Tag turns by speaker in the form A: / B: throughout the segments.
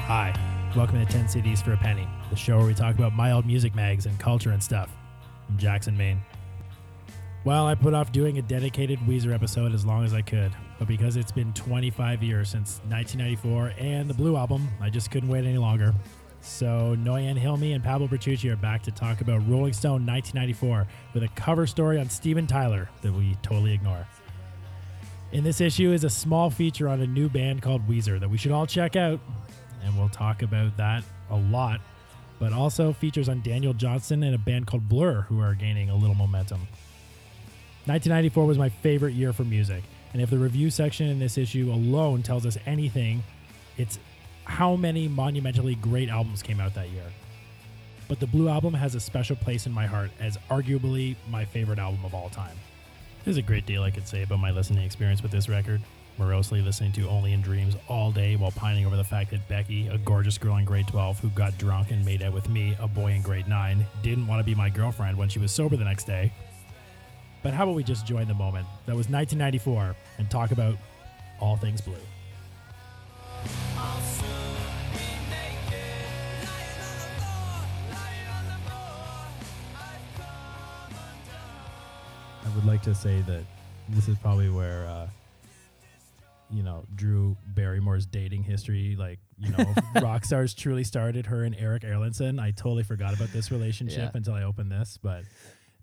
A: Hi, welcome to 10 CDs for a Penny, the show where we talk about my old music mags and culture and stuff from Jackson, Maine. Well, I put off doing a dedicated Weezer episode as long as I could, but because it's been 25 years since 1994 and the Blue Album, I just couldn't wait any longer. So Noyan Hilmi and Pablo Bertucci are back to talk about Rolling Stone 1994 with a cover story on Steven Tyler that we totally ignore. In this issue is a small feature on a new band called Weezer that we should all check out, and we'll talk about that a lot, but also features on Daniel Johnson and a band called Blur who are gaining a little momentum. 1994 was my favorite year for music, and if the review section in this issue alone tells us anything, it's how many monumentally great albums came out that year. But the Blue Album has a special place in my heart as arguably my favorite album of all time. There's a great deal I could say about my listening experience with this record. Morosely listening to Only in Dreams all day while pining over the fact that Becky, a gorgeous girl in grade 12 who got drunk and made out with me, a boy in grade 9, didn't want to be my girlfriend when she was sober the next day. But how about we just join the moment that was 1994 and talk about all things blue?
B: I would like to say that this is probably where, uh, you know, Drew Barrymore's dating history, like, you know, rock stars truly started her and Eric Erlandson. I totally forgot about this relationship
C: Yeah.
B: until I opened this, but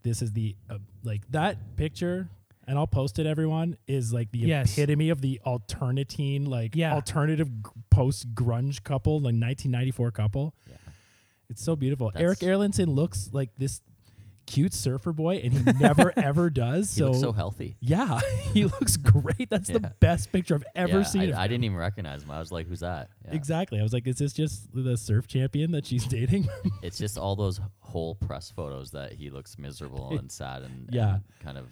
B: this is the, uh, like, that picture. And I'll post it. Everyone is like the
D: Yes.
B: epitome of the alternatine, like
D: Yeah.
B: alternative post grunge couple, like 1994 couple.
C: Yeah.
B: It's so beautiful. Eric
C: That's-
B: Erlandson looks like this cute surfer boy, and he never ever does.
C: He
B: so,
C: looks so healthy.
B: yeah, he looks great. That's
C: Yeah.
B: the best picture I've ever
C: Yeah,
B: seen.
C: I,
B: of
C: I
B: him.
C: didn't even recognize him. I was like, "Who's that?" Yeah.
B: Exactly. I was like, is this just the surf champion that she's dating?
C: It's just all those whole press photos that he looks miserable and sad and
B: Yeah.
C: and kind of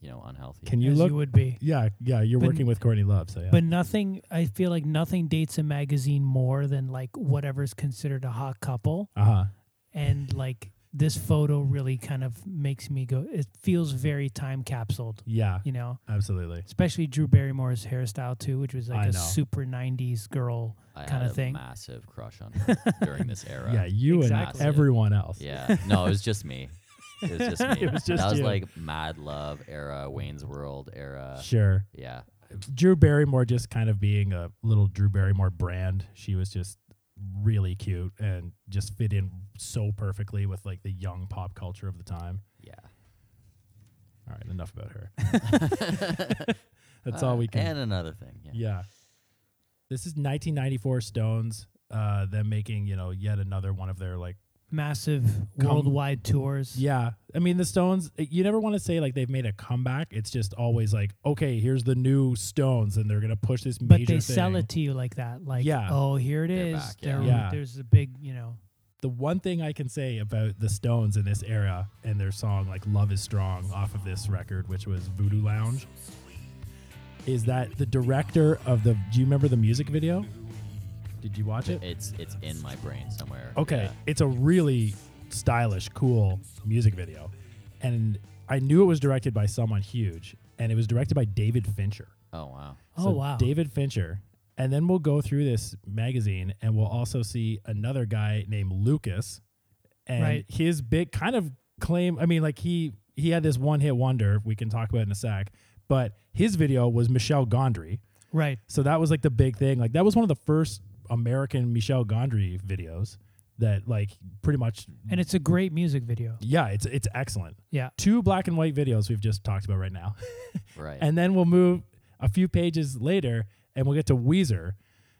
C: you know unhealthy.
B: Can you
D: as
B: look?
D: you would be.
B: yeah, yeah. You're
D: But-
B: working with Courtney Love, so yeah.
D: But nothing, I feel like nothing dates a magazine more than like whatever's considered a hot couple.
B: uh huh.
D: And like this photo really kind of makes me go, it feels very time capsuled,
B: Yeah,
D: you know?
B: absolutely.
D: Especially Drew Barrymore's hairstyle too, which was like
B: I
D: a
B: know.
D: super 90s girl.
C: I
D: kinda
C: had a
D: thing.
C: Massive crush on her during this era.
B: Yeah, you
D: Exactly.
B: and everyone else.
C: Yeah. No, it was just me. It was just me.
B: It was just
C: that was
B: you.
C: like Mad Love era, Wayne's World era.
B: Sure.
C: Yeah.
B: Drew Barrymore just kind of being a little Drew Barrymore brand. She was just really cute and just fit in so perfectly with like the young pop culture of the time.
C: Yeah.
B: All right, enough about her. That's all
D: Uh,
B: we can.
C: Uh, And another thing. Yeah.
B: yeah. This is 1994 Stones. Uh, them making you know yet another one of their like
D: Massive
B: Come-
D: worldwide tours.
B: yeah I mean the Stones uh, you never want to say like they've made a comeback it's just always like okay here's the new Stones and they're gonna push this
D: But
B: major
D: they sell
B: thing.
D: it to you like that. Like,
B: Yeah.
D: oh, here it
C: They're
D: is.
C: back, yeah.
D: There-
B: Yeah.
D: There's a big, you know.
B: the one thing I can say about the Stones in this era and their song like Love is Strong off of this record, which was Voodoo Lounge, is that the director of the do you remember the music video? Did you watch it?
C: It's it's in my brain somewhere.
B: Okay.
C: Yeah.
B: It's a really stylish, cool music video. And I knew it was directed by someone huge, and it was directed by David Fincher.
C: Oh wow.
D: Oh,
B: So
D: wow.
B: David Fincher. And then we'll go through this magazine and we'll also see another guy named Lucas. And
D: Right.
B: his big kind of claim, I mean, like he he had this one hit wonder we can talk about in a sec, but his video was Michelle Gondry.
D: Right.
B: So that was like the big thing. Like that was one of the first American Michelle Gondry videos that like pretty much
D: And it's a great music video.
B: yeah, it's it's excellent.
D: Yeah.
B: Two black and white videos we've just talked about right now.
C: Right.
B: And then we'll move a few pages later and we'll get to Weezer.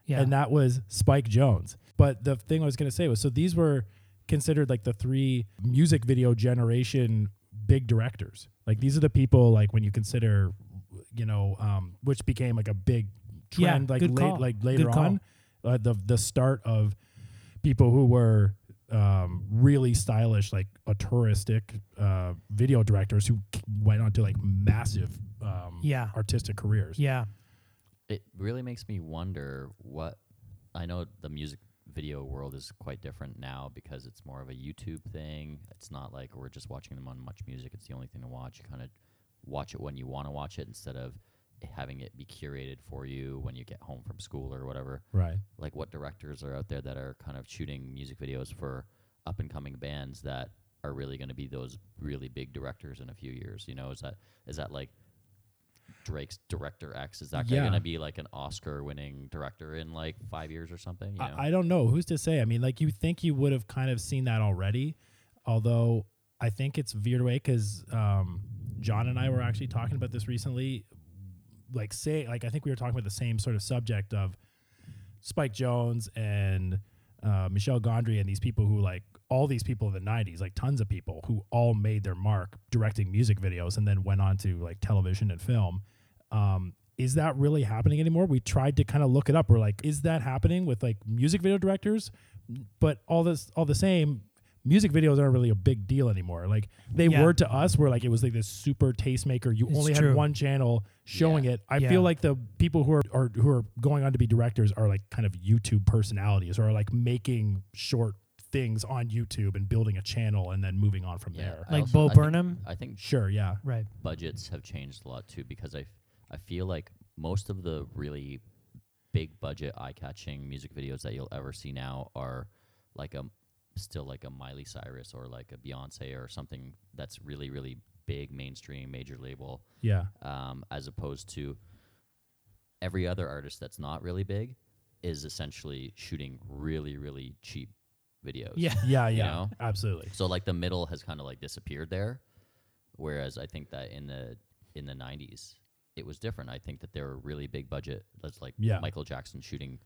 D: Yeah.
B: And that was Spike Jones. But the thing I was going to say was so these were considered like the three music video generation big directors. Like these are the people like when you consider you know um which became like a big
D: Yeah,
B: trend like
D: good
B: late
D: call.
B: like later
D: Good call.
B: on uh, the the start of people who were um, really stylish, like autouristic uh, video directors who k- went on to like massive um,
D: Yeah.
B: artistic careers.
D: Yeah.
C: it really makes me wonder what I know the music video world is quite different now because it's more of a YouTube thing. It's not like we're just watching them on Much Music. It's the only thing to watch. You kind of watch it when you want to watch it instead of having it be curated for you when you get home from school or whatever.
B: Right.
C: Like what directors are out there that are kind of shooting music videos for up and coming bands that are really going to be those really big directors in a few years. You know, is that is that like Drake's director X? Is that guy
B: Yeah.
C: going to be like an Oscar winning director in like five years or something? You know?
B: I, I don't know. Who's to say? I mean, like you think you would have kind of seen that already, although I think it's veered away because um, John and I were actually talking about this recently. Like say, like I think we were talking about the same sort of subject of Spike Jones and uh, Michelle Gondry and these people who like all these people in the '90s, like tons of people who all made their mark directing music videos and then went on to like television and film. Um, is that really happening anymore? We tried to kind of look it up. We're like, is that happening with like music video directors? But all this, all the same, music videos aren't really a big deal anymore. Like they
D: Yeah.
B: were to us, we're like it was like this super tastemaker. You
D: It's
B: only
D: true.
B: had one channel showing
C: Yeah.
B: it. I
D: Yeah.
B: feel like the people who are, are who are going on to be directors are like kind of YouTube personalities or are like making short things on YouTube and building a channel and then moving on from there.
C: I
D: Like
C: also-
D: Bo
C: I think-
D: Burnham?
C: I think
B: Sure, yeah.
D: Right.
C: budgets have changed a lot too because I, f- I feel like most of the really big budget eye catching music videos that you'll ever see now are like a still like a Miley Cyrus or like a Beyonce or something that's really really big mainstream major label
B: Yeah.
C: um, as opposed to every other artist that's not really big is essentially shooting really really cheap videos
D: Yeah.
B: Yeah, yeah.
C: You know?
B: Absolutely.
C: so like the middle has kind of like disappeared there, whereas I think that in the in the '90s it was different. I think that there were really big budget. That's like
B: Yeah.
C: Michael Jackson shooting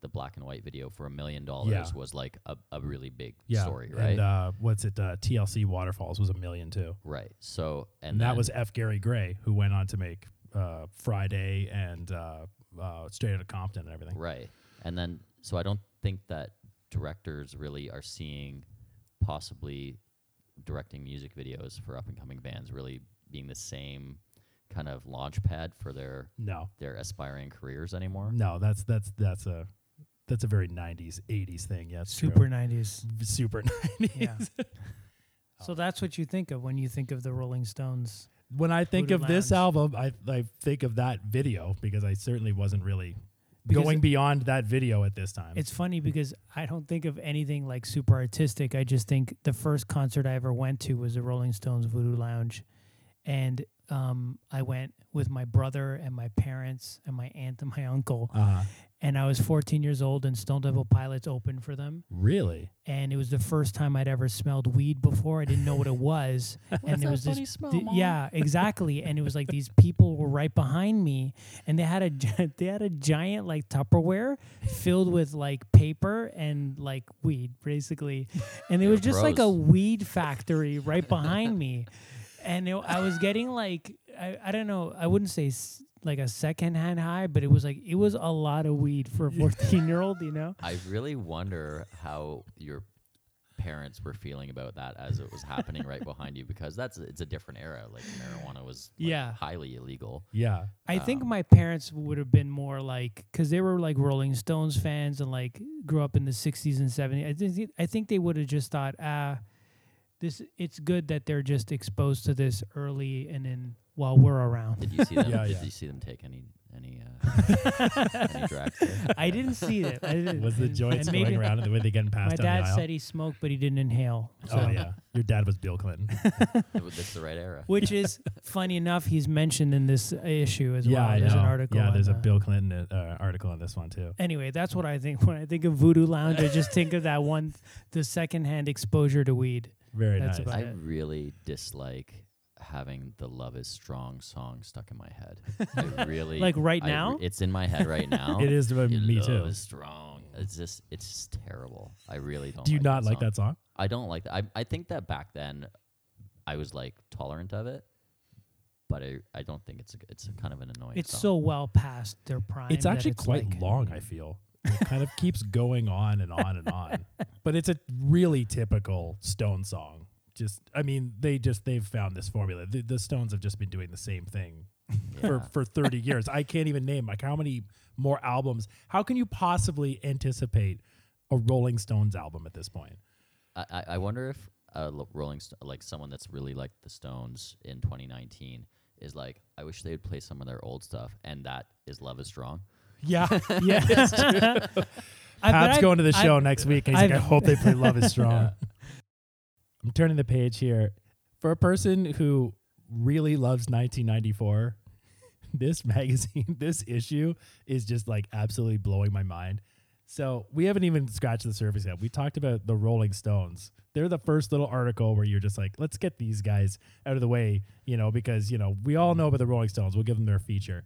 C: the black and white video for a million dollars was like a, a really big
B: Yeah.
C: story, right?
B: And uh, what's it? Uh, TLC Waterfalls was a million too.
C: right. So and,
B: and that
C: then-
B: was F. Gary Gray, who went on to make uh, Friday and uh, uh, Straight Outta Compton and everything.
C: Right. And then, so I don't think that directors really are seeing possibly directing music videos for up and coming bands really being the same kind of launch pad for their
B: No,
C: their aspiring careers anymore.
B: no, that's that's that's a that's a very '90s '80s thing. Yeah, it's true.
D: Super 90s.
B: V- super '90s.
D: Yeah. so that's what you think of when you think of the Rolling Stones.
B: When I think
D: Voodoo
B: of this
D: Lounge.
B: album, I I think of that video because I certainly wasn't really
D: Because
B: going
D: it-
B: beyond that video at this time.
D: It's funny because I don't think of anything like super artistic. I just think the first concert I ever went to was the Rolling Stones Voodoo Lounge. And um, I went with my brother and my parents and my aunt and my uncle.
B: uh,
D: And I was 14 years old and Stone Devil Pilots opened for them.
B: really
D: And it was the first time I'd ever smelled weed before. I didn't know what it was. and there was this
C: smell,
D: Th- yeah, exactly. and it was like these people were right behind me, and they had a gi- they had a giant like Tupperware filled with like paper and like weed, basically. And it
C: They
D: was
C: were
D: just like a
C: pros.
D: weed factory right behind me, and it, I was getting like I, I don't know I wouldn't say s- like a secondhand high, but it was like it was a lot of weed for a fourteen year old, you know.
C: I really wonder how your parents were feeling about that as it was happening right behind you because that's it's a different era. Like marijuana was like,
D: Yeah.
C: highly illegal.
B: yeah.
D: I think
C: Um,
D: my parents would have been more like because they were like Rolling Stones fans and like grew up in the '60s and '70s. I think I think they would have just thought, ah, this it's good that they're just exposed to this early and then while we're around.
C: Did you see them?
B: Yeah,
C: did
B: yeah.
C: you see them take any any uh, any drugs? there?
D: I didn't see it. I didn't,
B: Was the
D: and-
B: joints
D: and maybe-
B: going around and the way they getting
D: My
B: passed down
D: dad
B: the aisle?
D: said he smoked, but he didn't inhale. So.
B: oh yeah, your dad was Bill Clinton.
C: This is the right era.
D: Which is funny enough, he's mentioned in this issue as well.
B: I
D: there's an
B: know.
D: article.
B: Yeah,
D: on
B: there's a
D: the-
B: Bill Clinton uh, article on this one too.
D: Anyway, that's what I think when I think of Voodoo Lounge. I just think of that one, the secondhand exposure to weed.
B: Very
D: That's
B: nice.
D: about-
C: I
D: it.
C: really dislike having the "Love Is Strong" song stuck in my head. I really
D: Like right
C: I
D: now?
C: it's in my head right now.
B: It is about
C: Your
B: me
C: love
B: too.
C: Is strong. It's just it's just terrible. I really don't.
B: Do you
C: like
B: not
C: that
B: like
C: song.
B: that song?
C: I don't like that. I I think that back then, I was like tolerant of it, but I I don't think it's a, it's a kind of an annoying.
D: It's
C: song.
D: so well past their prime.
B: It's
D: that
B: actually quite
D: like-
B: long. I feel it kind of keeps going on and on and on. But it's a really typical Stone song. Just, I mean, they just they've found this formula. The, the Stones have just been doing the same thing for
C: Yeah.
B: for 30 years. I can't even name like how many more albums. How can you possibly anticipate a Rolling Stones album at this point?
C: I, I- I wonder if uh, Rolling Sto- like someone that's really like the Stones in 2019 is like I wish they would play some of their old stuff, and that is Love Is Strong.
B: Yeah.
D: Yeah, I- but
B: Pat's
D: I've-
B: going to the
D: I've-
B: show next week, and he's like, I
D: I've-
B: hope they play Love Is Strong. I'm turning the page here. For a person who really loves 1994, this magazine, this issue is just like absolutely blowing my mind. So we haven't even scratched the surface yet. We talked about the Rolling Stones. They're the first little article where you're just like, let's get these guys out of the way, you know, because, you know, we all know about the Rolling Stones. We'll give them their feature.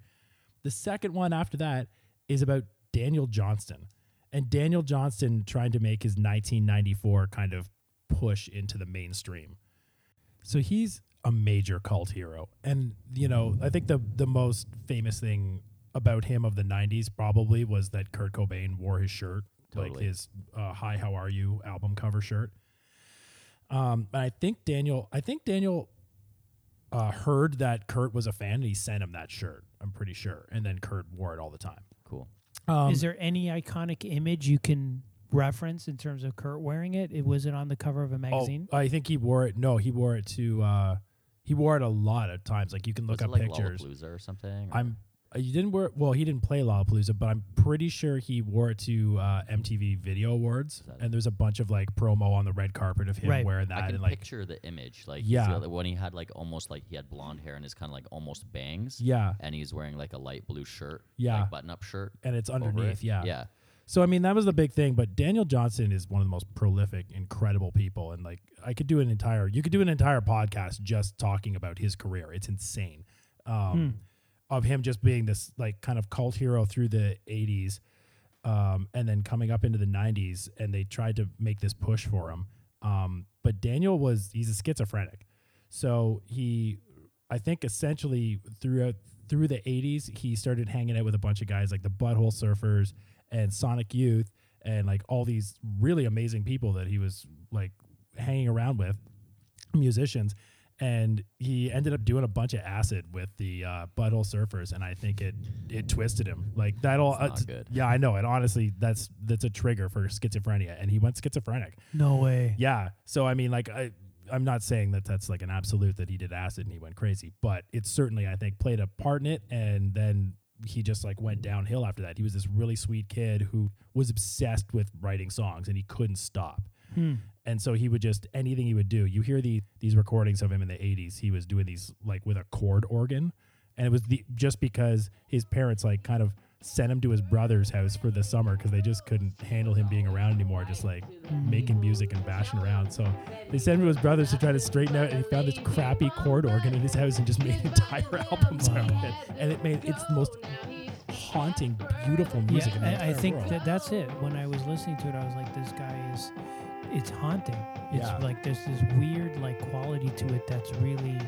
B: The second one after that is about Daniel Johnston and Daniel Johnston trying to make his 1994 kind of push into the mainstream. So he's a major cult hero. And you know, I think the the most famous thing about him of the 90s probably was that Kurt Cobain wore his shirt, like
C: Totally.
B: his uh, "Hi, How Are You" album cover shirt. Um, and I think Daniel, I think Daniel uh, heard that Kurt was a fan, and he sent him that shirt. I'm pretty sure. And then Kurt wore it all the time.
C: Cool.
B: Um,
D: Is there any iconic image you can reference in terms of Kurt wearing it? It was it on the cover of a magazine.
B: Oh, I think he wore it. No, he wore it to. Uh, he wore it a lot of times. Like you can look
C: was
B: up
C: it like
B: pictures.
C: Lollapalooza or something? or-
B: I'm. uh, You didn't wear. Well, he didn't play Lollapalooza, but I'm pretty sure he wore it to uh, MTV Video Awards.
C: that it?
B: And there's a bunch of like promo on the red carpet of him
D: Right.
B: wearing that.
C: I can
B: and like,
C: picture the image, like
B: Yeah.
C: yeah, the one he had like almost like he had blonde hair and his kind of like almost bangs.
B: yeah,
C: and he's wearing like a light blue shirt,
B: Yeah.
C: like button up shirt
B: and it's
C: over it.
B: underneath. Yeah,
C: yeah.
B: So I mean, that was the big thing. But Daniel Johnson is one of the most prolific, incredible people, and like I could do an entire, you could do an entire podcast just talking about his career. It's insane, um, of him just being this like kind of cult hero through the '80s, um, and then coming up into the '90s, and they tried to make this push for him. Um, but Daniel was he's a schizophrenic, so he, I think, essentially throughout through the '80s, he started hanging out with a bunch of guys like the Butthole Surfers and Sonic Youth and like all these really amazing people that he was like hanging around with, musicians. And he ended up doing a bunch of acid with the uh, Butthole Surfers, and I think it it twisted him. Like that'll
C: That's not
B: uh, t-
C: good.
B: yeah, I know. And honestly, that's that's a trigger for schizophrenia, and he went schizophrenic.
D: no way.
B: Yeah. So I mean, like I, I'm not saying that that's like an absolute that he did acid and he went crazy, but it certainly I think played a part in it. And then he just like went downhill after that. He was this really sweet kid who was obsessed with writing songs and he couldn't stop. And so he would just anything he would do. You hear the these recordings of him in the 80s. He was doing these like with a chord organ, and it was the, just because his parents like kind of sent him to his brother's house for the summer because they just couldn't handle him being around anymore, just like making music and bashing around. So they sent him to his brother's to try to straighten out, and he found this crappy chord organ in his house and just made entire albums out of it. And it made it's the most haunting, beautiful music. in the
D: I, I
B: entire
D: think
B: world.
D: that that's it. When I was listening to it, I was like, this guy is, it's haunting. It's
B: Yeah.
D: like there's this weird like quality to it that's really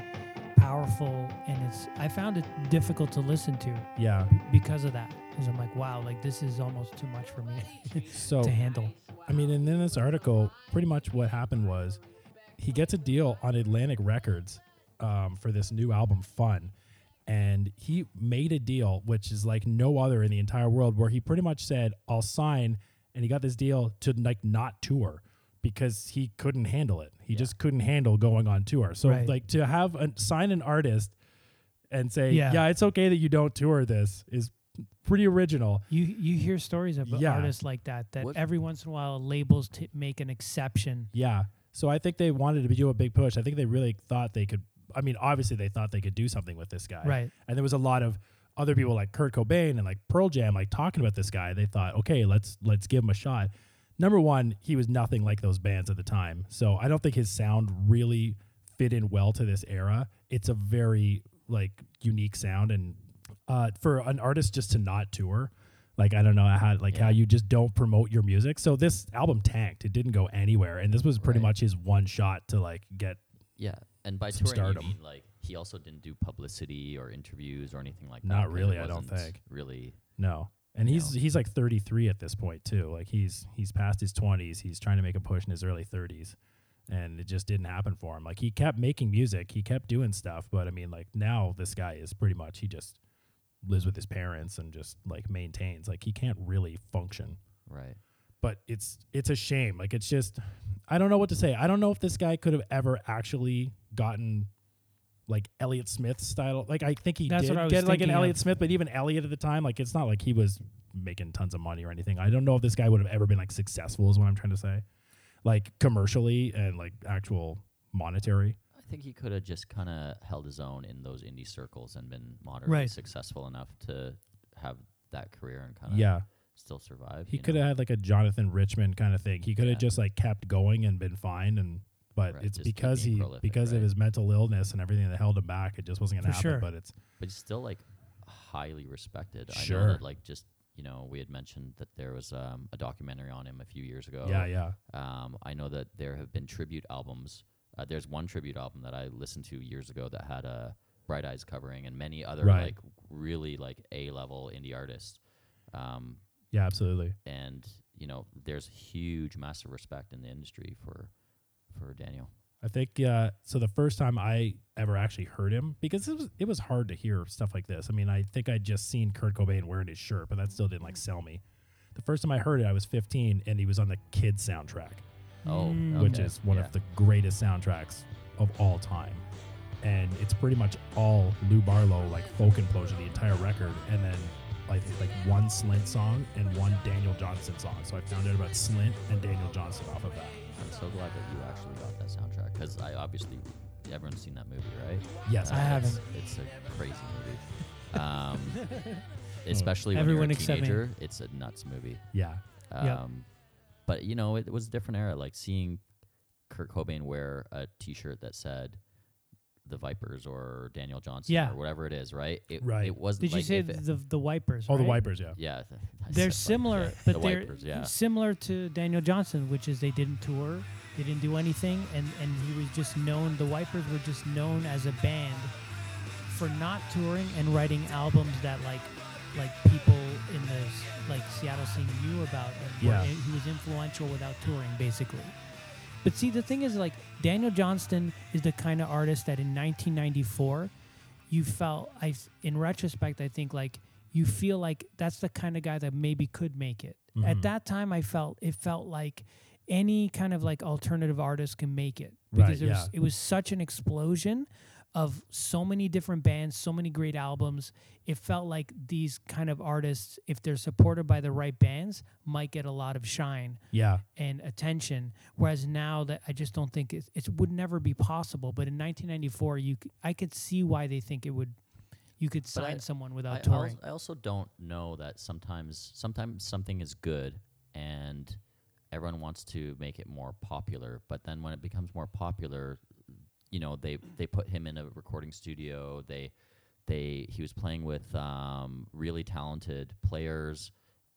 D: powerful, and it's I found it difficult to listen to
B: yeah.
D: because of that. Because I'm like, wow, like this is almost too much for me
B: So
D: to handle.
B: I mean, and in this article, pretty much what happened was he gets a deal on Atlantic Records um, for this new album, Fun. And he made a deal, which is like no other in the entire world, where he pretty much said, I'll sign. And he got this deal to like not tour because he couldn't handle it. He just couldn't handle going on tour. So,
D: Right.
B: like, to have a, sign an artist and say,
D: Yeah.
B: yeah, it's okay that you don't tour this is pretty original.
D: You you hear stories of
B: Yeah.
D: artists like that that
C: What-
D: every once in a while labels t- make an exception.
B: Yeah. So I think they wanted to do a big push. I think they really thought they could. I mean, obviously they thought they could do something with this guy.
D: Right.
B: And there was a lot of other people like Kurt Cobain and like Pearl Jam like talking about this guy. They thought, okay, let's let's give him a shot. Number one, he was nothing like those bands at the time. So I don't think his sound really fit in well to this era. It's a very like unique sound and uh, for an artist just to not tour, like I don't know how like how you just don't promote your music. So this album tanked. It didn't go anywhere. And this was pretty
C: Right.
B: much his one shot to like get
C: Yeah, and by
B: Some
C: touring
B: stardom.
C: you mean like he also didn't do publicity or interviews or anything like that.
B: Not
C: 'cause it
B: really, I don't
C: wasn't
B: think.
C: Really,
B: No. And he's he's like 33 at this point too. Like he's he's past his 20s. He's trying to make a push in his early 30s. And it just didn't happen for him. Like he kept making music, he kept doing stuff, but I mean like now this guy is pretty much he just lives with his parents and just like maintains. Like he can't really function.
C: right?
B: But it's it's a shame. Like it's just I don't know what to say. I don't know if this guy could have ever actually gotten like Elliott Smith style. Like I think he
D: That's
B: did
D: what I was
B: get like an
D: thinking
B: Elliott
D: of.
B: Smith, but even Elliott at the time, like it's not like he was making tons of money or anything. I don't know if this guy would have ever been like successful is what I'm trying to say. Like commercially and like actual monetary.
C: I think he could have just kind of held his own in those indie circles and been moderately
D: Right.
C: successful enough to have that career and kind of
B: Yeah.
C: still survive.
B: He
C: you
B: could
C: know?
B: have had like a Jonathan Richmond kind of thing. He could have
C: Yeah.
B: just like kept going and been fine and but
C: Right,
B: it's
C: just keep
B: because
C: being
B: he
C: prolific,
B: because of
C: right.
B: his mental illness and everything that held him back, it just wasn't gonna
D: For
B: happen.
D: sure.
B: But it's
C: but he's still like highly respected. I know
B: Sure.
C: that like just you know we had mentioned that there was um, a documentary on him a few years ago.
B: yeah, yeah.
C: Um, I know that there have been tribute albums. Uh, there's one tribute album that I listened to years ago that had uh, Bright Eyes covering and many other
B: Right.
C: like really like A level indie artists. Um,
B: Yeah, absolutely.
C: and you know, there's huge, massive respect in the industry for for Daniel.
B: I think uh, so. The first time I ever actually heard him, because it was it was hard to hear stuff like this. I mean, I think I'd just seen Kurt Cobain wearing his shirt, but that still didn't like sell me. The first time I heard it, I was 15, and he was on the Kid soundtrack,
C: Oh,
D: Mm.
B: which
C: okay.
B: is one
C: Yeah.
B: of the greatest soundtracks of all time. And it's pretty much all Lou Barlow like folk implosion, the entire record, and then like like one Slint song and one Daniel Johnston song. So I found out about Slint and Daniel Johnston off of that.
C: I'm so glad that you actually got that soundtrack because I obviously everyone's seen that movie, right?
B: Yes,
C: Uh,
D: I
C: it's-
D: haven't.
C: It's, a crazy movie, um, especially when you're
D: Everyone
C: a
D: except me.
C: teenager. It's a nuts movie.
B: Yeah,
C: Um,
D: Yep.
C: But you know, it, was a different era. Like seeing Kurt Cobain wear a T-shirt that said "The Vipers" or Daniel Johnson
D: Yeah.
C: or whatever it is, right? It,
B: Right.
C: It wasn't.
D: Did
C: like
D: you say
C: if it-
D: the the wipers?
B: all Oh, the
D: right?
B: wipers. Yeah.
C: yeah, th- I said
D: They're
C: like,
D: similar,
C: yeah,
D: but
C: the
D: they're
C: Wipers, yeah.
D: similar to Daniel Johnson, which is they didn't tour, they didn't do anything, and and he was just known. The Wipers were just known as a band for not touring and writing albums that like like people in the s- like Seattle scene knew about, and were-
B: Yeah.
D: and he was influential without touring, basically. But see, the thing is, like Daniel Johnston is the kind of artist that in 1994, you felt I, in retrospect, I think like you feel like that's the kind of guy that maybe could make it. At
B: Mhm.
D: that time, I felt it felt like any kind of like alternative artist can make it
B: Right,
D: because it
B: yeah.
D: was it was such an explosion of so many different bands, so many great albums. It felt like these kind of artists, if they're supported by the right bands, might get a lot of shine
B: Yeah.
D: and attention. Whereas now that I just don't think it, it would never be possible. But in 1994, you c- I could see why they think it would. You could
C: But I-
D: sign someone
C: I,
D: without
C: als-
D: touring.
C: I also don't know that sometimes sometimes something is good and everyone wants to make it more popular, but then when it becomes more popular, you know, they they put him in a recording studio, they they he was playing with um, really talented players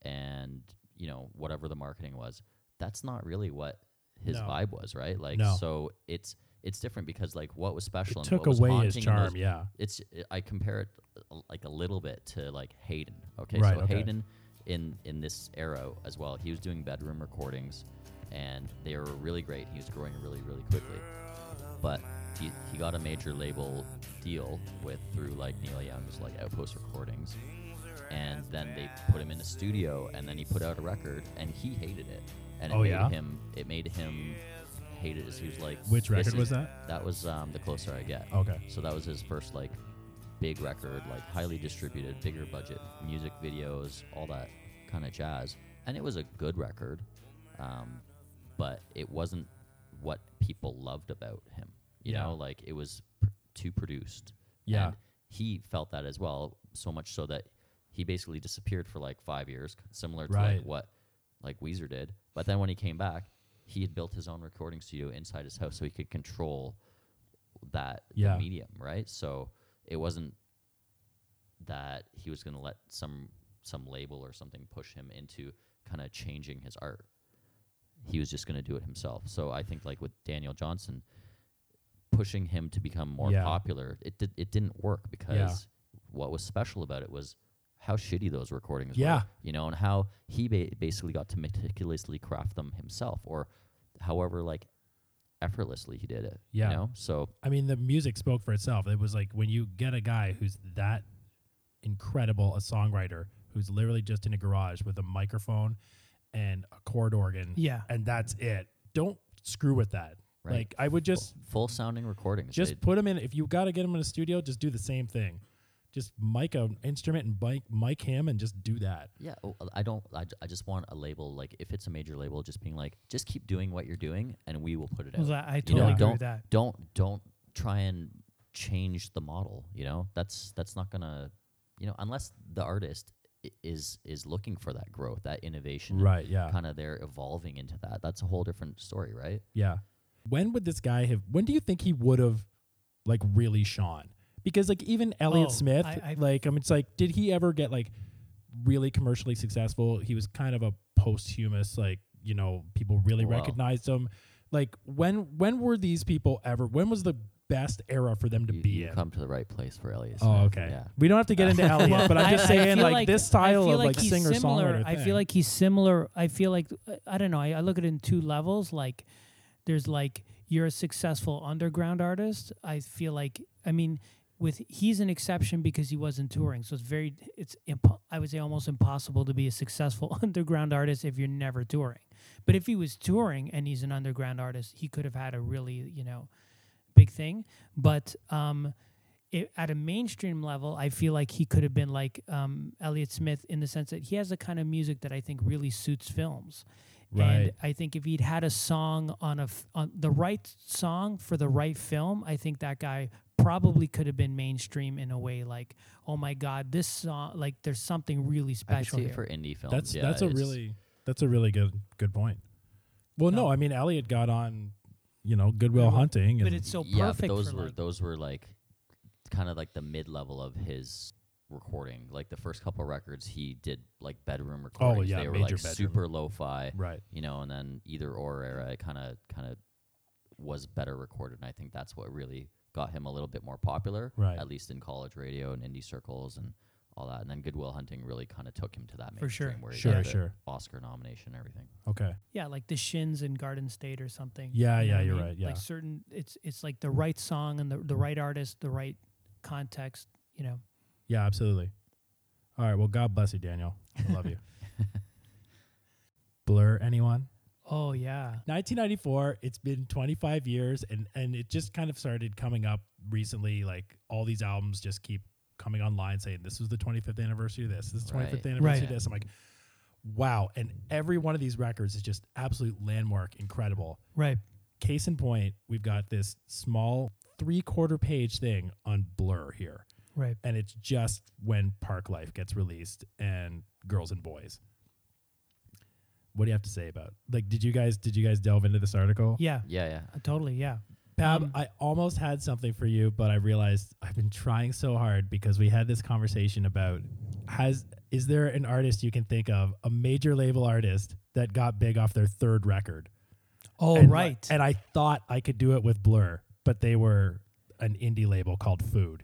C: and you know whatever the marketing was that's not really what his
B: No.
C: vibe was right like
B: No.
C: so it's it's different because like what was special
B: It
C: and
B: took
C: what was
B: away his
C: haunting in those
B: charm. Yeah.
C: it's I compare it uh, like a little bit to like Hayden. Okay,
B: Right,
C: so
B: okay.
C: Hayden in in this era as well, he was doing bedroom recordings, and they were really great. He was growing really really quickly, but he, he got a major label deal with through like Neil Young's like Outpost Recordings, and then they put him in a studio, and then he put out a record, and he hated it, and it
B: Oh,
C: made
B: yeah?
C: him it made him hate it. He was like,
B: Which
C: "This
B: record
C: is-
B: was that?
C: That was um, the closer I get.
B: Okay.
C: So that was his first like big record, like highly distributed, bigger budget, music videos, all that kind of jazz. And it was a good record, um, but it wasn't what people loved about him. You
B: Yeah.
C: know, like it was pr- too produced.
B: Yeah.
C: And he felt that as well, so much so that he basically disappeared for like five years, c- similar to
B: Right.
C: like what like Weezer did. But then when he came back, he had built his own recording studio inside his house so he could control that the
B: Yeah.
C: medium, right? So it wasn't that he was going to let some some label or something push him into kind of changing his art. He was just going to do it himself. So I think like with Daniel Johnson pushing him to become more
B: Yeah.
C: popular, it did, it didn't work because what was special about it was how shitty those recordings
B: Yeah.
C: were, you know, and how he ba- basically got to meticulously craft them himself or however like effortlessly he did it,
B: Yeah.
C: you know? So
B: I mean, the music spoke for itself. It was like when you get a guy who's that incredible a songwriter who's literally just in a garage with a microphone and a chord organ,
D: yeah,
B: and that's it. Don't screw with that.
C: Right.
B: Like I would just
C: full sounding recordings.
B: just
C: They-
B: put them in. If you got to get them in a studio, just do the same thing. Just mic an instrument and mic mic him and just do that.
C: yeah, oh, I don't. I, j- I just want a label like if it's a major label, just being like, just keep doing what you're doing, and we will put it out.
D: Well, I, I
C: you
D: totally
C: know,
D: agree
C: don't
D: with that.
C: don't don't try and change the model. You know, that's that's not gonna, you know, unless the artist i- is is looking for that growth, that innovation,
B: Right. Yeah.
C: Kind of they're evolving into that. That's a whole different story, right?
B: Yeah. When would this guy have? When do you think he would have, like, really shone? Because like even Elliott
D: Oh,
B: Smith,
D: I- I-
B: like, I mean, it's like, did he ever get like really commercially successful? He was kind of a posthumous, like, you know, people really
C: Wow.
B: recognized him. Like, when when were these people ever? When was the best era for them to
C: You,
B: be
C: you
B: in?
C: come to the right place for Elliot.
B: Oh,
C: Smith,
B: okay.
C: Yeah.
B: We don't have to get into Elliot, but I'm just
D: I- I
B: saying,
D: feel
B: like, this
D: I
B: style
D: feel
B: of like,
D: he's
B: singer
D: similar.
B: songwriter.
D: I feel like he's similar. I feel like I don't know. I, I look at it in two levels. Like there's like you're a successful underground artist. I feel like I mean with he's an exception because he wasn't touring. So it's very it's impo- I would say almost impossible to be a successful underground artist if you're never touring. But if he was touring and he's an underground artist, he could have had a really, you know, big thing. But um, it, at a mainstream level, I feel like he could have been like um, Elliot Smith in the sense that he has the kind of music that I think really suits films. And
B: Right.
D: I think if he'd had a song on a f- on the right song for the right film, I think that guy probably could have been mainstream in a way like, oh my god, this song like there's something really
C: I could
D: special
C: see
D: here.
C: it for indie films.
B: that's
C: yeah,
B: that's a
C: it's-
B: really that's a really good good point. Well, no,
D: No.
B: I mean Elliot got on, you know, Goodwill
D: Goodwill-
B: Hunting, and
D: but it's so
C: yeah.
D: perfect.
C: But those
D: for
C: were
D: like-
C: those were like kind of like the mid level of his recording. Like the first couple records, he did like bedroom recordings.
B: Oh, yeah,
C: they were
B: major
C: like
B: bedroom.
C: super lo-fi.
B: right.
C: you know, and then either or era, it kind of kind of was better recorded, and I think that's what really got him a little bit more popular,
B: Right.
C: At least in college radio and indie circles and all that. And then Goodwill Hunting really kind of took him to that
D: For sure.
C: mainstream where he
B: Sure,
C: got the
B: sure.
C: Oscar nomination and everything.
B: Okay.
D: Yeah, like the Shins in Garden State or something.
B: Yeah,
D: You know
B: yeah,
D: what I
B: you're
D: mean?
B: right, yeah.
D: like certain, it's it's like the right song and the the right artist, the right context. You know,
B: Yeah, absolutely. All right. Well, God bless you, Daniel. I love you. Blur, anyone?
D: oh yeah,
B: 1994. It's been 25 years, and and it just kind of started coming up recently. Like all these albums just keep coming online saying this was the 25th anniversary of this, this is the 25th
C: Right.
B: anniversary of
C: Right.
B: this. I'm like, wow. And every one of these records is just absolute landmark, incredible.
D: right.
B: Case in point, we've got this small three quarter page thing on Blur here
D: Right.
B: and it's just when Park Life gets released and Girls and Boys. What do you have to say about? Like, did you guys did you guys delve into this article?
D: Yeah.
C: Yeah, yeah.
D: uh, Totally. Yeah.
B: Pab,
D: Um,
B: I almost had something for you, but I realized I've been trying so hard because we had this conversation about has is there an artist you can think of, a major label artist that got big off their third record?
D: Oh
B: and,
D: right.
B: And I thought I could do it with Blur, but they were an indie label called Food.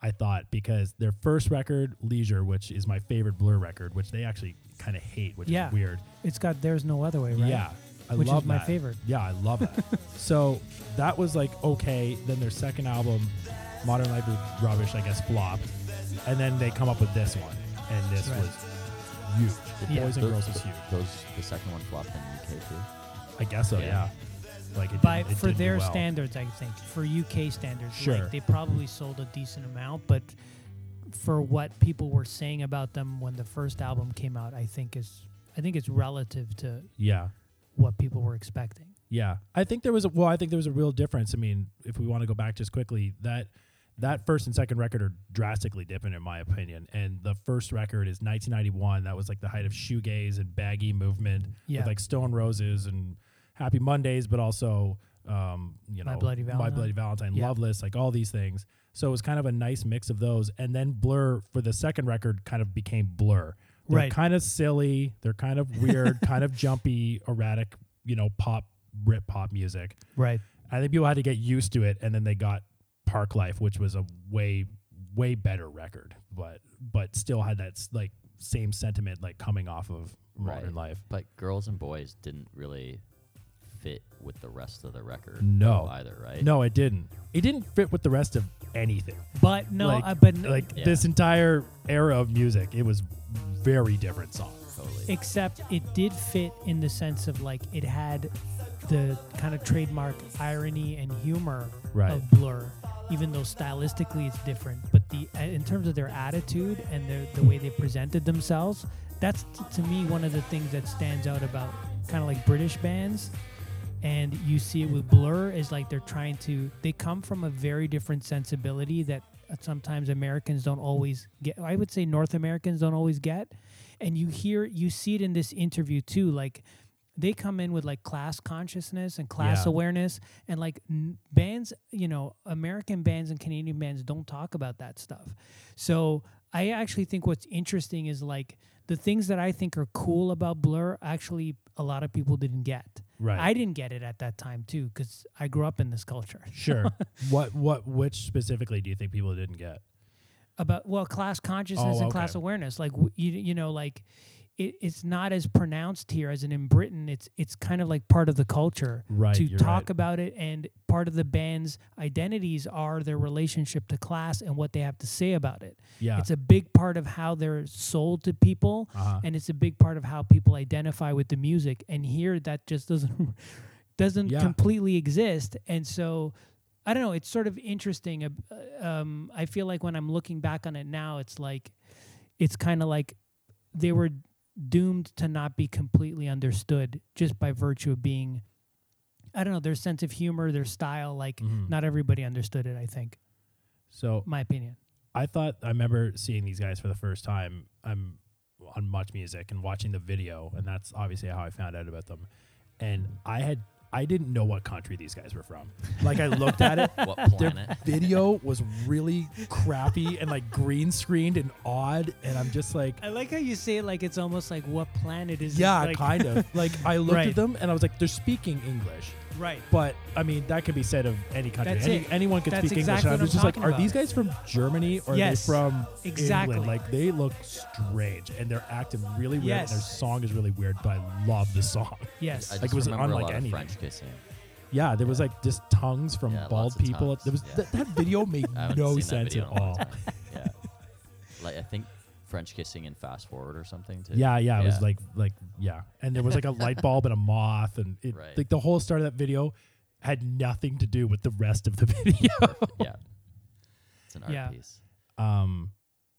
B: I thought because their first record, Leisure, which is my favorite Blur record, which they actually kind of hate, which
D: Yeah.
B: is weird.
D: it's got there's no other way, right?
B: Yeah. I
D: Which is
B: love
D: my
B: that.
D: favorite.
B: Yeah, I love that. so that was like okay. Then their second album, Modern Life is Rubbish, I guess, flopped. And then they come up with this one. And this
D: Right.
B: was huge. The
D: Yeah.
B: Boys and
C: Those-
B: Girls
C: th-
B: was huge.
C: Those the second one flopped in the UK too.
B: I guess so, yeah.
C: Yeah.
B: Like it
D: By
B: didn't- it
D: for
B: didn't do
D: their
B: well.
D: standards, I think for UK standards,
B: Sure.
D: like they probably sold a decent amount, but for what people were saying about them when the first album came out, I think is I think it's relative to
B: Yeah.
D: what people were expecting.
B: Yeah, I think there was a well, I think there was a real difference. I mean, if we want to go back just quickly, that that first and second record are drastically different in my opinion. And the first record is 1991. That was like the height of shoegaze and baggy movement
D: Yeah.
B: with like Stone Roses and Happy Mondays, but also um, you know,
D: My Bloody Valentine.
B: Bloody Valentine,
D: Yeah.
B: Loveless, like all these things. So it was kind of a nice mix of those. And then Blur for the second record kind of became Blur. They're
D: Right.
B: kind of silly. They're kind of weird, kind of jumpy, erratic, you know, pop, rip pop music.
D: Right.
B: I think people had to get used to it. And then they got Park Life, which was a way, way better record, but, but still had that s- like same sentiment, like coming off of modern
C: Right.
B: life.
C: But Girls and Boys didn't really fit with the rest of the record.
B: No.
C: either, right?
B: No, it didn't. It didn't fit with the rest of anything.
D: But no,
B: like,
D: I, but
B: like
C: Yeah.
B: this entire era of music, it was very different songs.
C: totally.
D: except it did fit in the sense of like it had the kind of trademark irony and humor
B: Right.
D: of Blur, even though stylistically it's different. But the uh, in terms of their attitude and their, the way they presented themselves, that's t- to me one of the things that stands out about kind of like British bands. And you see it with Blur is like they're trying to. They come from a very different sensibility that uh, sometimes Americans don't always get. I would say North Americans don't always get and you hear you see it in this interview too like they come in with like class consciousness and class
B: Yeah.
D: awareness and like n- bands you know american bands and canadian bands don't talk about that stuff so i actually think what's interesting is like the things that i think are cool about blur actually a lot of people didn't get
B: Right.
D: i didn't get it at that time too because i grew up in this culture
B: Sure. what what which specifically do you think people didn't get?
D: about well class consciousness
B: Oh,
D: and class
B: okay.
D: awareness like w- you you know like it, it's not as pronounced here as in in Britain it's it's kind of like part of the culture
B: Right,
D: to
B: you're
D: talk
B: right.
D: about it and part of the band's identities are their relationship to class and what they have to say about it
B: Yeah.
D: it's a big part of how they're sold to people
B: Uh-huh.
D: and it's a big part of how people identify with the music and here that just doesn't doesn't
B: Yeah.
D: completely exist and so i don't know it's sort of interesting ab- uh, um, i feel like when i'm looking back on it now it's like it's kind of like they were doomed to not be completely understood just by virtue of being i don't know their sense of humor their style like
B: Mhm.
D: not everybody understood it i think
B: So
D: my opinion
B: I thought I remember seeing these guys for the first time. I'm on Much Music and watching the video, and that's obviously how I found out about them. And I had I didn't know what country these guys were from. Like I looked at it,
C: What planet?
B: their video was really crappy and like green screened and odd, and I'm just like.
D: i like how you say it like it's almost like what planet is
B: Yeah, kind of. Like I looked
D: Right.
B: at them and I was like, they're speaking English,
D: right
B: but I mean that could be said of any country.
D: That's
B: Any,
D: it.
B: anyone could
D: That's
B: speak English.
D: exactly
B: And I
D: what
B: was
D: I'm
B: just like,
D: talking
B: are
D: about.
B: these guys from Germany or
D: Yes,
B: are they from
D: exactly.
B: England? Like they look strange and they're acting really weird.
D: Yes.
B: And their song is really weird, but I love the song.
D: Yes.
C: I just
B: Like, it was
C: remember
B: unlike
C: a lot
B: anything.
C: of French kissing.
B: Yeah, there was like just tongues from
C: Yeah,
B: bald
C: lots of
B: people.
C: tongues,
B: There was
C: yeah.
B: that, that video made
C: I haven't
B: no
C: seen
B: sense
C: that
B: at
C: video in a long
B: all.
C: time. Yeah, like I think French kissing and fast forward or something too.
B: Yeah, yeah, it
C: Yeah.
B: was like like yeah, and there was like a light bulb and a moth, and it,
C: Right.
B: like the whole start of that video had nothing to do with the rest of the video.
C: Perfect. yeah, it's an art
D: Yeah.
C: piece.
B: Um,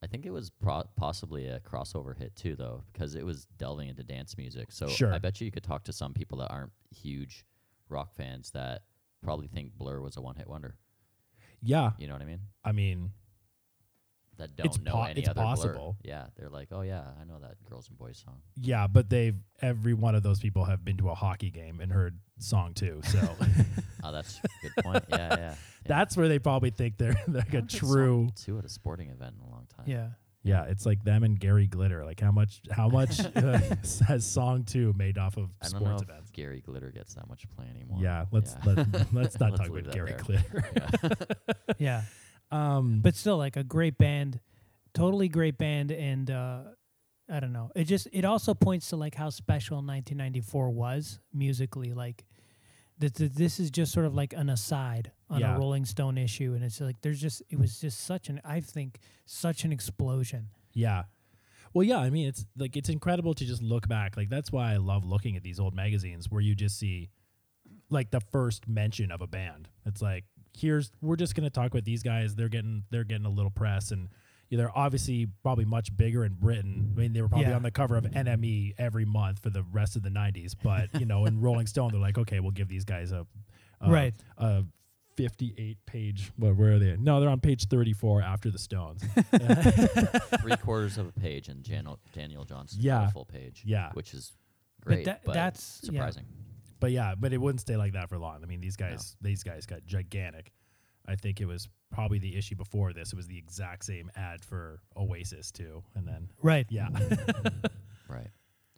C: I think it was pro- possibly a crossover hit too, though, because it was delving into dance music. So
B: Sure.
C: I bet you you could talk to some people that aren't huge rock fans that probably think Blur was a one-hit wonder.
B: yeah,
C: You know what I mean?
B: I mean,
C: That don't
B: It's
C: know
B: po-
C: any
B: it's
C: other
B: possible.
C: Blur. Yeah, they're like, oh yeah, I know that girls and boys song.
B: yeah, but they've every one of those people have been to a hockey game and heard song too, so
C: Oh, that's a good point. Yeah, yeah. yeah.
B: that's where they probably think they're like
C: I
B: a
C: haven't heard song
B: true.
C: two at a sporting event in a long time.
D: yeah.
B: Yeah, it's like them and Gary Glitter. Like how much how much uh, has song two made off of
C: I don't know
B: sports
C: if
B: events?
C: Gary Glitter gets that much play anymore.
B: Yeah, let's
C: Yeah.
B: Let, let's not
C: Let's
B: talk about
C: leave that
B: Gary
C: there.
B: Glitter.
D: Yeah.
B: Um,
D: But still like a great band, totally great band and uh I don't know. It just it also points to like how special 1994 was musically like that th- this is just sort of like an aside on
B: Yeah.
D: a Rolling Stone issue and it's like there's just it was just such an I think such an explosion.
B: Yeah. Well, yeah, I mean, it's like it's incredible to just look back. Like that's why I love looking at these old magazines where you just see like the first mention of a band. It's like here's we're just going to talk about these guys. They're getting they're getting a little press and yeah, they're obviously probably much bigger in Britain. I mean, they were probably
D: Yeah.
B: on the cover of NME every month for the rest of the 90s, but you know, in Rolling Stone they're like, "Okay, we'll give these guys a, a
D: Right.
B: a 58 page what where are they? No, they're on page 34 after the Stones.
C: Three quarters of a page and Daniel, Daniel Johnson
B: Yeah.
C: a full page.
B: Yeah.
C: Which is great. But,
D: that- that's- yeah.
C: surprising.
B: but yeah, but it wouldn't stay like that for long. I mean, these guys, these guys got gigantic. I think it was probably the issue before this. It was the exact same ad for Oasis too, and then
D: Right.
B: yeah,
C: Right.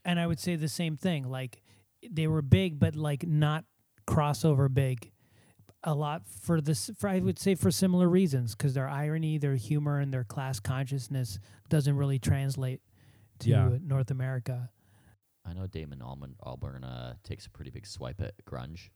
D: and I would say the same thing. Like they were big, but like not crossover big. A lot for this, for I would say for similar reasons, because their irony, their humor, and their class consciousness doesn't really translate to
B: Yeah.
D: North America.
C: I know Damon Albarn, Albarn uh, takes a pretty big swipe at grunge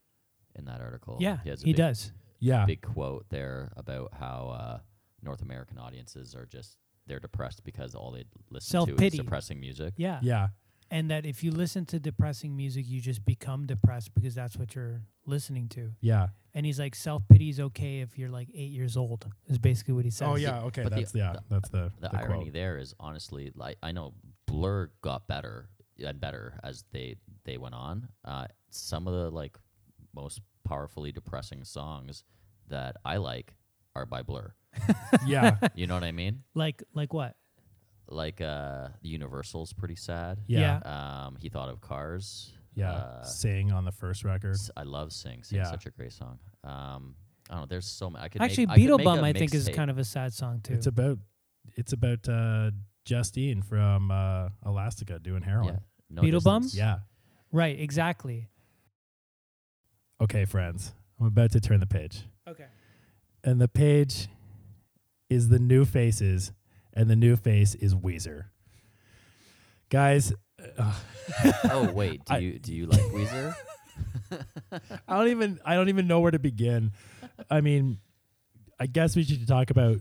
C: in that article.
D: yeah,
C: He, has a
D: he
C: big,
D: does.
B: yeah,
C: Big quote there about how uh, North American audiences are just they're depressed because all they listen to
D: Self-pity.
C: is depressing music.
D: Yeah,
B: yeah.
D: and that if you listen to depressing music, you just become depressed because that's what you're listening to.
B: Yeah.
D: And he's like, self pity is okay if you're like eight years old. Is basically what he says.
B: Oh yeah. Okay.
C: but the-
B: That's yeah.
C: the-
B: that's the
C: the,
B: the
C: irony
B: quote.
C: there is honestly like i know blur got better and better as they they went on uh, some of the like most powerfully depressing songs that i like are by blur
B: yeah.
C: you know what i mean
D: Like like what?
C: like uh universal's pretty sad
B: Yeah.
C: um he thought of cars
B: Yeah.
C: uh,
B: Sing on the first record.
C: s- i love sing sing
B: Yeah.
C: such a great song um I don't know. There's so many. I could
D: Actually,
C: make, I could make
D: Beetlebum
C: a
D: I think is
C: mixtape.
D: kind of a sad song too.
B: It's about it's about uh, Justine from uh, Elastica doing
C: yeah.
B: heroin.
C: No
D: Beetlebum?
C: Distance.
B: Yeah.
D: right, exactly.
B: Okay, friends. I'm about to turn the page,
D: Okay.
B: and the page is the new faces, and the new face is Weezer. Guys, uh,
C: Oh wait, do
B: I-
C: you do you like Weezer?
B: I don't even I don't even know where to begin. I mean, I guess we should talk about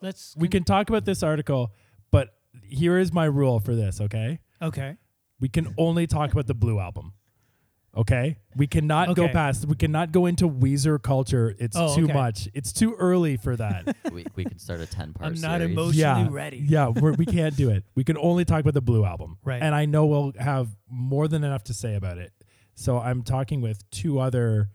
D: Let's
B: we can talk about this article, but here is my rule for this, okay?
D: Okay.
B: We can only talk about the Blue album. Okay? We cannot go
D: Okay.
B: past we cannot go into Weezer culture. It's
D: Oh,
B: too
D: okay.
B: much. It's too early for that.
C: we, we can start a ten part.
D: I'm not
C: series.
D: emotional.
B: yeah.
D: Emotionally ready.
B: Yeah, we're, we can't do it. We can only talk about the Blue album.
D: Right.
B: And I know we'll have more than enough to say about it. So I'm talking with two other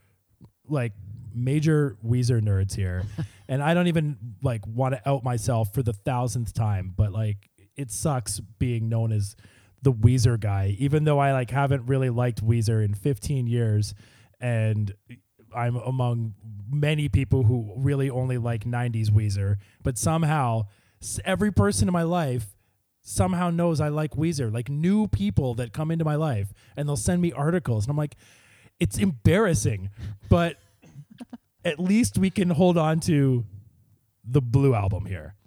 B: like major Weezer nerds here. and I don't even like want to out myself for the thousandth time, but like it sucks being known as the Weezer guy, even though I like haven't really liked Weezer in 15 years and I'm among many people who really only like 90s Weezer, but somehow s- every person in my life somehow knows I like Weezer, like new people that come into my life and they'll send me articles. And I'm like, it's embarrassing, but at least we can hold on to the Blue album here.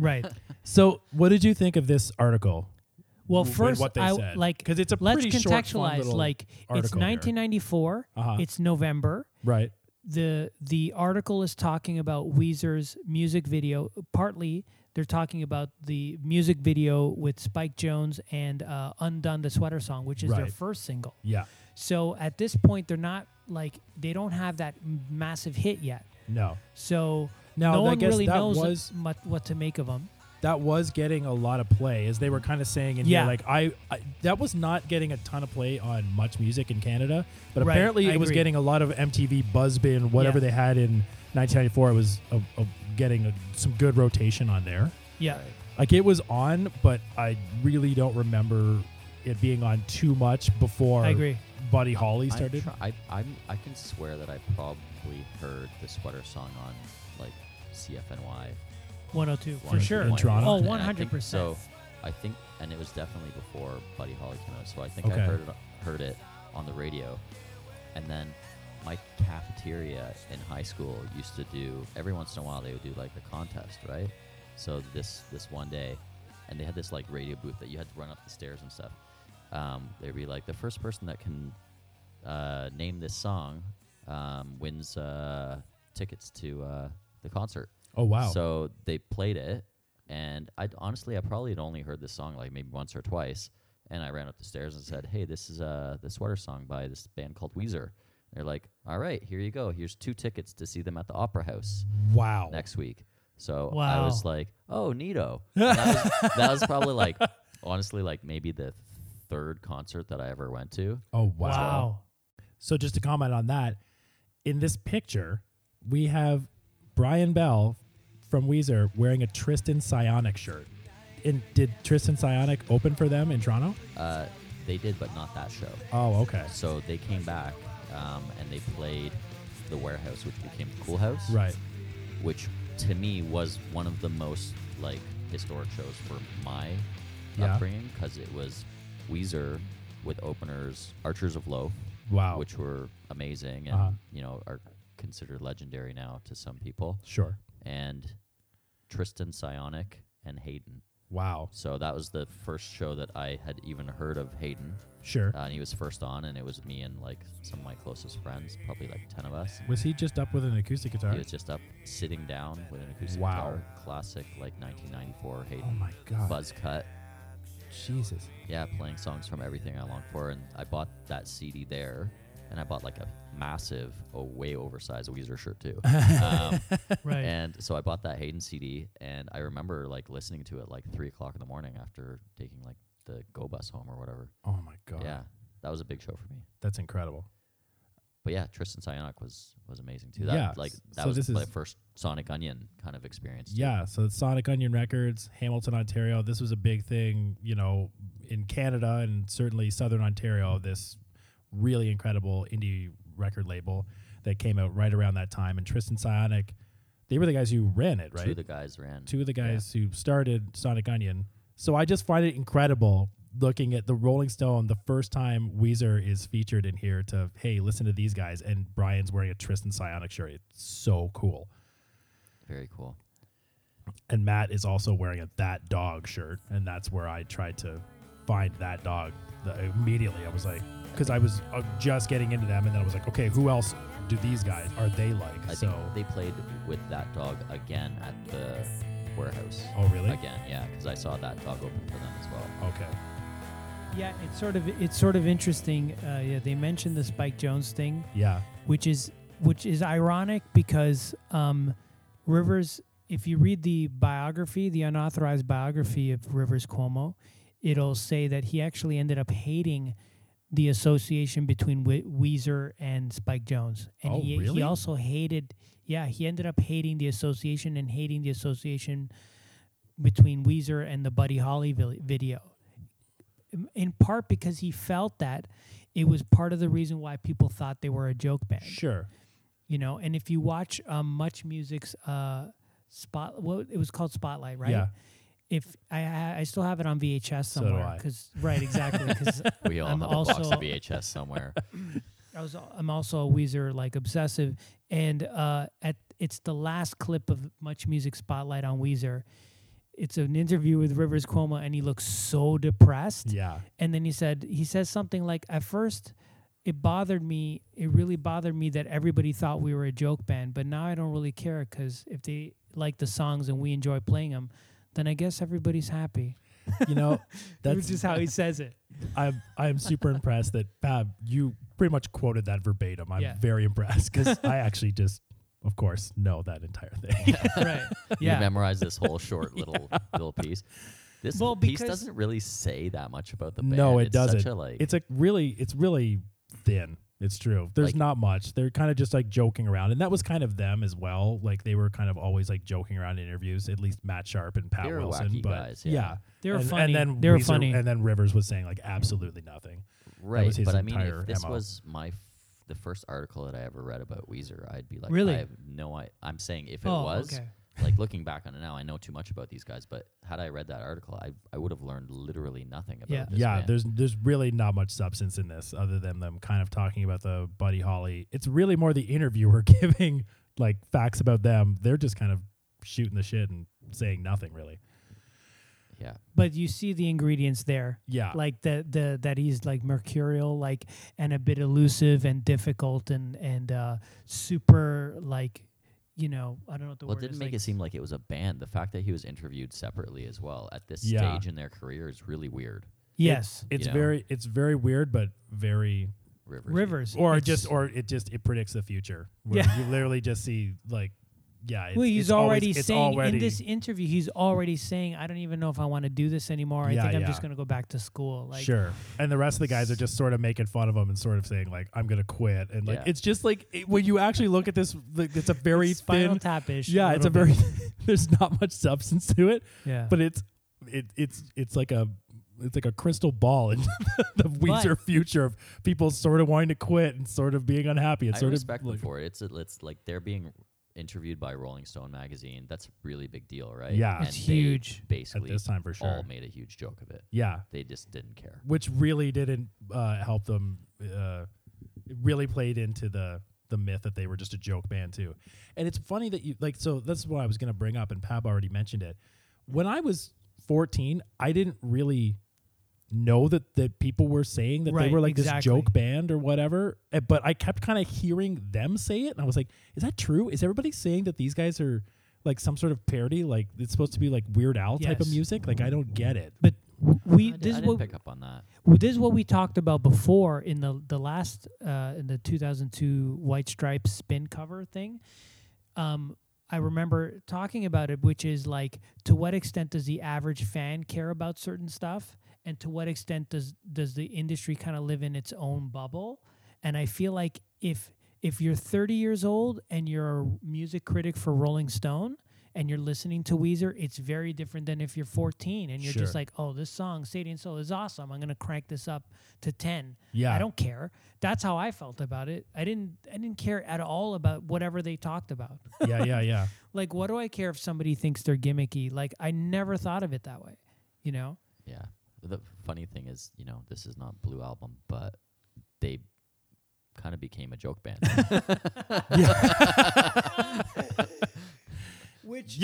D: Right.
B: So, what did you think of this article?
D: Well,
B: W-
D: first,
B: what they
D: I,
B: said.
D: like
B: 'Cause it's a
D: let's
B: pretty short, fun
D: contextualize.
B: little
D: like it's
B: article here.
D: 1994.
B: Uh-huh.
D: It's November.
B: Right.
D: the The article is talking about Weezer's music video. Partly, they're talking about the music video with Spike Jones and uh, "Undone" the sweater song, which is their
B: Right.
D: first single.
B: Yeah.
D: So at this point, they're not like they don't have that m- massive hit yet.
B: No.
D: So
B: Now,
D: no
B: I
D: one
B: guess
D: really
B: that
D: knows
B: was-
D: mu- what to make of them.
B: that was getting a lot of play as they were kind of saying in here
D: Yeah.
B: like I, I that was not getting a ton of play on much music in canada but
D: Right,
B: apparently
D: I
B: it was
D: agree.
B: getting a lot of mtv buzzbin whatever
D: Yeah.
B: they had in 1994 it was a, a, getting a, some good rotation on there
D: Yeah,
C: Right.
B: like it was on but i really don't remember it being on too much before
D: I agree.
B: buddy holly
C: I'm
B: started
C: try- I, I'm, I can swear that I probably heard the sweater song on like CFNY
D: 102 for
C: 101.
D: sure.
B: In Toronto?
D: Oh,
C: And I think
D: 100%.
C: So I think, and it was definitely before Buddy Holly came out. So I think
B: Okay.
C: I heard it, heard it on the radio, and then my cafeteria in high school used to do every once in a while they would do like a contest, right? So this this one day, and they had this like radio booth that you had to run up the stairs and stuff. Um, they'd be like the first person that can uh, name this song um, wins uh, tickets to uh, the concert.
B: oh wow
C: So they played it, and I honestly I probably had only heard this song like maybe once or twice, and I ran up the stairs and said, "Hey, this is uh the sweater song by this band called Weezer." They're like, "All right, here you go. Here's two tickets to see them at the Opera House
B: wow
C: next week." So I
D: Wow.
C: was like, "Oh, neato." And that, was, that was probably like honestly like maybe the third concert that I ever went to.
B: oh
D: wow.
B: So just to comment on that, in this picture, we have Brian Bell from Weezer wearing a Tristan Sionic shirt. And did Tristan Sionic open for them in Toronto?
C: Uh, they did, but not that show.
B: Oh, okay.
C: So they came back um, and they played the warehouse, which became Cool House.
B: Right.
C: which to me was one of the most like historic shows for my
B: Yeah.
C: upbringing because it was Weezer with openers Archers of Loaf,
B: Wow.
C: which were amazing and
B: Oh. Uh-huh.
C: you know are considered legendary now to some people,
B: sure.
C: and Tristan Sionic and Hayden.
B: Wow.
C: So that was the first show that I had even heard of Hayden,
B: Sure.
C: uh, and he was first on, and it was me and like some of my closest friends, probably like ten of us.
B: was he just up with an acoustic guitar?
C: He was just up, sitting down with an acoustic
B: Wow.
C: guitar, classic like 1994 Hayden
B: Oh my god.
C: buzz cut,
B: Jesus.
C: yeah, playing songs from everything I long for. And I bought that CD there, and I bought like a massive, oh, way oversized Weezer shirt too. um,
D: right.
C: and so I bought that Hayden CD, and I remember like listening to it like three o'clock in the morning after taking like the go bus home or whatever.
B: Oh my God.
C: Yeah, that was a big show for me.
B: That's incredible.
C: But yeah, Tristan Sionic was was amazing too. That
B: Yeah,
C: like
B: s-
C: that
B: so
C: was
B: this
C: my
B: is-
C: first Sonic Onion kind of experience. too.
B: Yeah, so it's Sonic Onion Records, Hamilton, Ontario. This was a big thing, you know, in Canada and certainly Southern Ontario. This really incredible indie record label that came out right around that time. And Tristan Sionic, they were the guys who ran it, right?
C: two of the guys ran.
B: two of the guys who started Sonic Onion. So I just find it incredible looking at the Rolling Stone the first time Weezer is featured in here to hey, listen to these guys and Brian's wearing a Tristan Sionic shirt. It's so cool.
C: Very cool.
B: And Matt is also wearing a that dog shirt and that's where I tried to find that dog. The- immediately I was like cuz I was uh, just getting into them and then I was like, okay, who else do these guys are they like?
C: I
B: so
C: think they played with that dog again at the warehouse.
B: Oh, really?
C: Again, yeah, because I saw that dog open for them as well.
B: okay.
D: yeah, it's sort of it's sort of interesting. Uh, yeah, they mentioned the Spike Jones thing,
B: Yeah.
D: which is which is ironic because um, Rivers. If you read the biography, the unauthorized biography of Rivers Cuomo, it'll say that he actually ended up hating the association between we- Weezer and Spike Jones, and
B: Oh,
D: he,
B: really?
D: he also hated. Yeah, he ended up hating the association and hating the association between Weezer and the Buddy Holly vil- video. In- In part because he felt that it was part of the reason why people thought they were a joke band
B: Sure.
D: you know and if you watch um, much music's uh, spot what it was called spotlight right
B: Yeah.
D: if i ha- i still have it on vhs
B: do
D: somewhere
B: I.
D: because right exactly because
C: We all
D: I'm
C: have a box
D: also-
C: of VHS somewhere.
D: i was i'm also a weezer like obsessive and uh at it's the last clip of much music spotlight on weezer it's an interview with rivers cuomo and he looks so depressed
B: Yeah.
D: and then he said he says something like at first it bothered me it really bothered me that everybody thought we were a joke band but now i don't really care because if they like the songs and we enjoy playing them then i guess everybody's happy
B: You know, that's
D: that's just how he says it
B: I'm I'm super impressed that Fab, you pretty much quoted that verbatim. I'm
D: Yeah.
B: very impressed because I actually just, of course, know that entire thing.
D: right
C: You
D: yeah
C: memorize this whole short little little piece. This
D: Well,
C: piece
D: because-
C: doesn't really say that much about the band.
B: no, it
C: it's
B: doesn't.
C: Such a, like,
B: it's a really it's really thin. It's true. There's
C: Like-
B: not much. They're kind of just like joking around, and that was kind of them as well. Like they were kind of always like joking around in interviews. At least Matt Sharp and Pat
C: They were
B: Wilson,
C: wacky
B: but
C: guys, yeah.
D: they were
B: and, And
D: funny
B: then
D: they were
B: Weezer-
D: funny
B: And then Rivers was saying like absolutely nothing.
C: right.
B: was his
C: but I mean,
B: entire
C: if this
B: MO.
C: was my f- the first article that I ever read about Weezer, I'd be like,
D: Really?
C: I have no. I, I'm saying if it
D: Oh,
C: was.
D: okay.
C: Like looking back on it now, I know too much about these guys. But had I read that article, I, I would have learned literally nothing about
D: Yeah.
C: this
B: yeah,
C: band.
B: there's there's really not much substance in this other than them kind of talking about the Buddy Holly. It's really more the interviewer giving like facts about them. They're just kind of shooting the shit and saying nothing really.
C: yeah.
D: but you see the ingredients there
B: Yeah.
D: like the the that he's like mercurial like and a bit elusive and difficult and and uh super like you know i don't know what the
C: Well, it
D: word
C: didn't
D: is
C: make
D: like,
C: it seem like it was a band. The fact that he was interviewed separately as well at this
B: Yeah.
C: stage in their career is really weird.
D: yes
B: it's
C: You know.
B: very it's very weird but very
C: Rivers.
D: rivers
B: or
D: it's-
B: just or it just it predicts the future. Where
D: Yeah.
B: you literally just see like yeah, it's,
D: well
B: it's
D: he's
B: always-
D: already
B: it's
D: saying
B: already,
D: in this interview he's already saying i don't even know if i want to do this anymore i
B: Yeah,
D: think i'm
B: yeah.
D: just going to go back to school like
B: sure. And the rest of the guys are just sort of making fun of him and sort of saying like I'm gonna quit and like
C: Yeah.
B: it's just like it, when you actually look at this, like, it's a very
D: spinal
B: thin
D: tapish
B: Yeah, it's a very
D: little bit.
B: there's not much substance to it,
D: yeah
B: but it's it, it's it's like a it's like a crystal ball into the, the Weezer future of people sort of wanting to quit and sort of being unhappy and
C: I
B: sort
C: respect
B: of like,
C: them for it. It's a, it's like they're being interviewed by Rolling Stone magazine. That's a really big deal, right?
B: Yeah.
C: and
D: It's
C: they
D: huge.
B: at
C: Basically,
B: this time for sure.
C: all made a huge joke of it.
B: Yeah,
C: They just didn't care.
B: which really didn't uh, help them. Uh, it really played into the the myth that they were just a joke band too. And it's funny that you like. So that's what I was gonna bring up, and Pab already mentioned it. When I was 14, I didn't really know that that people were saying that
D: Right,
B: they were like this
D: exactly.
B: joke band or whatever. eh, But I kept kind of hearing them say it, and I was like, "Is that true? Is everybody saying that these guys are?" Like some sort of parody, like it's supposed to be like Weird Al type of
D: Yes.
B: music. Like I don't get it.
D: but we
C: I, did,
D: this
C: I
D: is
C: didn't
D: what
C: pick up on that.
D: well, this is what we talked about before in the the last uh, in the 2002 White Stripes spin cover thing. Um, I remember talking about it, which is like, to what extent does the average fan care about certain stuff, and to what extent does does the industry kind of live in its own bubble? And I feel like if if you're 30 years old and you're a music critic for Rolling Stone and you're listening to Weezer, it's very different than if you're 14 and you're
B: Sure.
D: just like, oh, this song, Sadie and Soul, is awesome. I'm going to crank this up to 10.
B: Yeah.
D: I don't care. That's how I felt about it. I didn't I didn't care at all about whatever they talked about.
B: yeah, yeah, yeah.
D: like what do I care if somebody thinks they're gimmicky? Like I never thought of it that way, you know?
C: Yeah. The funny thing is, you know, this is not Blue Album, but they kind of became a joke band.
D: Which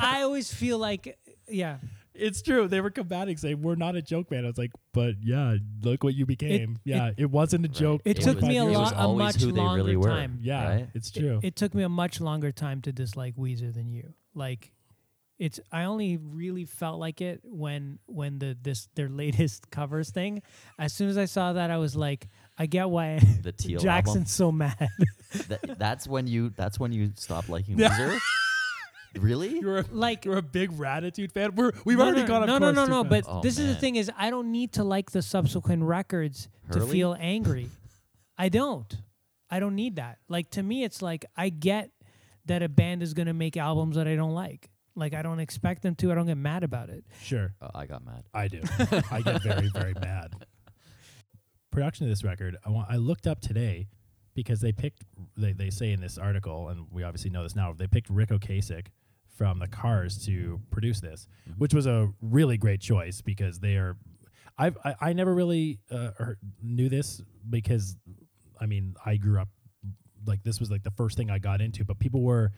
D: I always feel like yeah.
B: It's true. They were combating, saying we're not a joke band. I was like, but yeah, look what you became. yeah, it, wasn't a joke.
D: It
C: It
D: took
C: was-
D: me a
C: it was
D: lot a
C: always
D: much
C: who they
D: longer
C: really were.
D: time.
B: Yeah,
C: right?
B: it's
D: It-
B: true.
D: It, took me a much longer time to dislike Weezer than you. Like it's I only really felt like it when when the this their latest covers thing. As soon as I saw that I was like, I get why
C: the Teal
D: Jackson's
C: album.
D: so mad.
C: Th- that's when you. That's when you stop liking Weezer. really?
B: you're a,
D: like
B: you're a big Ratitude fan. We're, we've
D: no,
B: already
D: no,
B: gone.
D: no,
B: of
D: no,
B: course
D: no,
B: too
D: no.
B: fast.
D: But
C: Oh,
D: this is the
C: man.
D: thing is I don't need to like the subsequent records to
C: Hurley?
D: feel angry. I don't. I don't need that. Like to me, it's like I get that a band is gonna make albums that I don't like. Like I don't expect them to. I don't get mad about it.
B: sure,
C: Uh, I got mad.
B: I do.
A: I get very, very mad.
B: production of this record, I want I looked up today because they picked they, they say in this article, and we obviously know this now, they picked Rick Ocasek from the Cars to produce this, which was a really great choice because they are I've I, I never really uh, heard, knew this because I mean I grew up like this was like the first thing I got into, but people were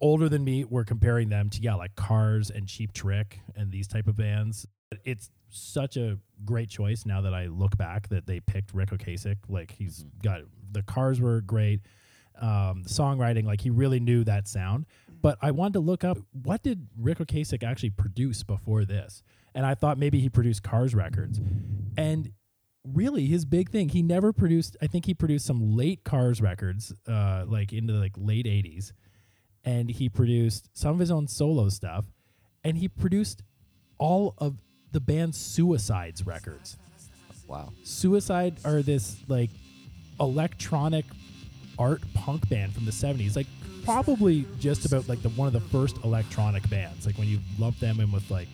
B: older than me were comparing them to yeah like Cars and Cheap Trick and these type of bands it's such a great choice now that I look back that they picked Rick Ocasek. Like he's got the cars were great, um, songwriting. Like he really knew that sound. But I wanted to look up what did Rick Ocasek actually produce before this, and I thought maybe he produced Cars records, and really his big thing he never produced. I think he produced some late Cars records, uh, like into like late '80s, and he produced some of his own solo stuff, and he produced all of the band's Suicides records.
C: Wow.
B: Suicide are this like electronic art punk band from the 70s, like probably just about like the one of the first electronic bands. Like when you lump them in with like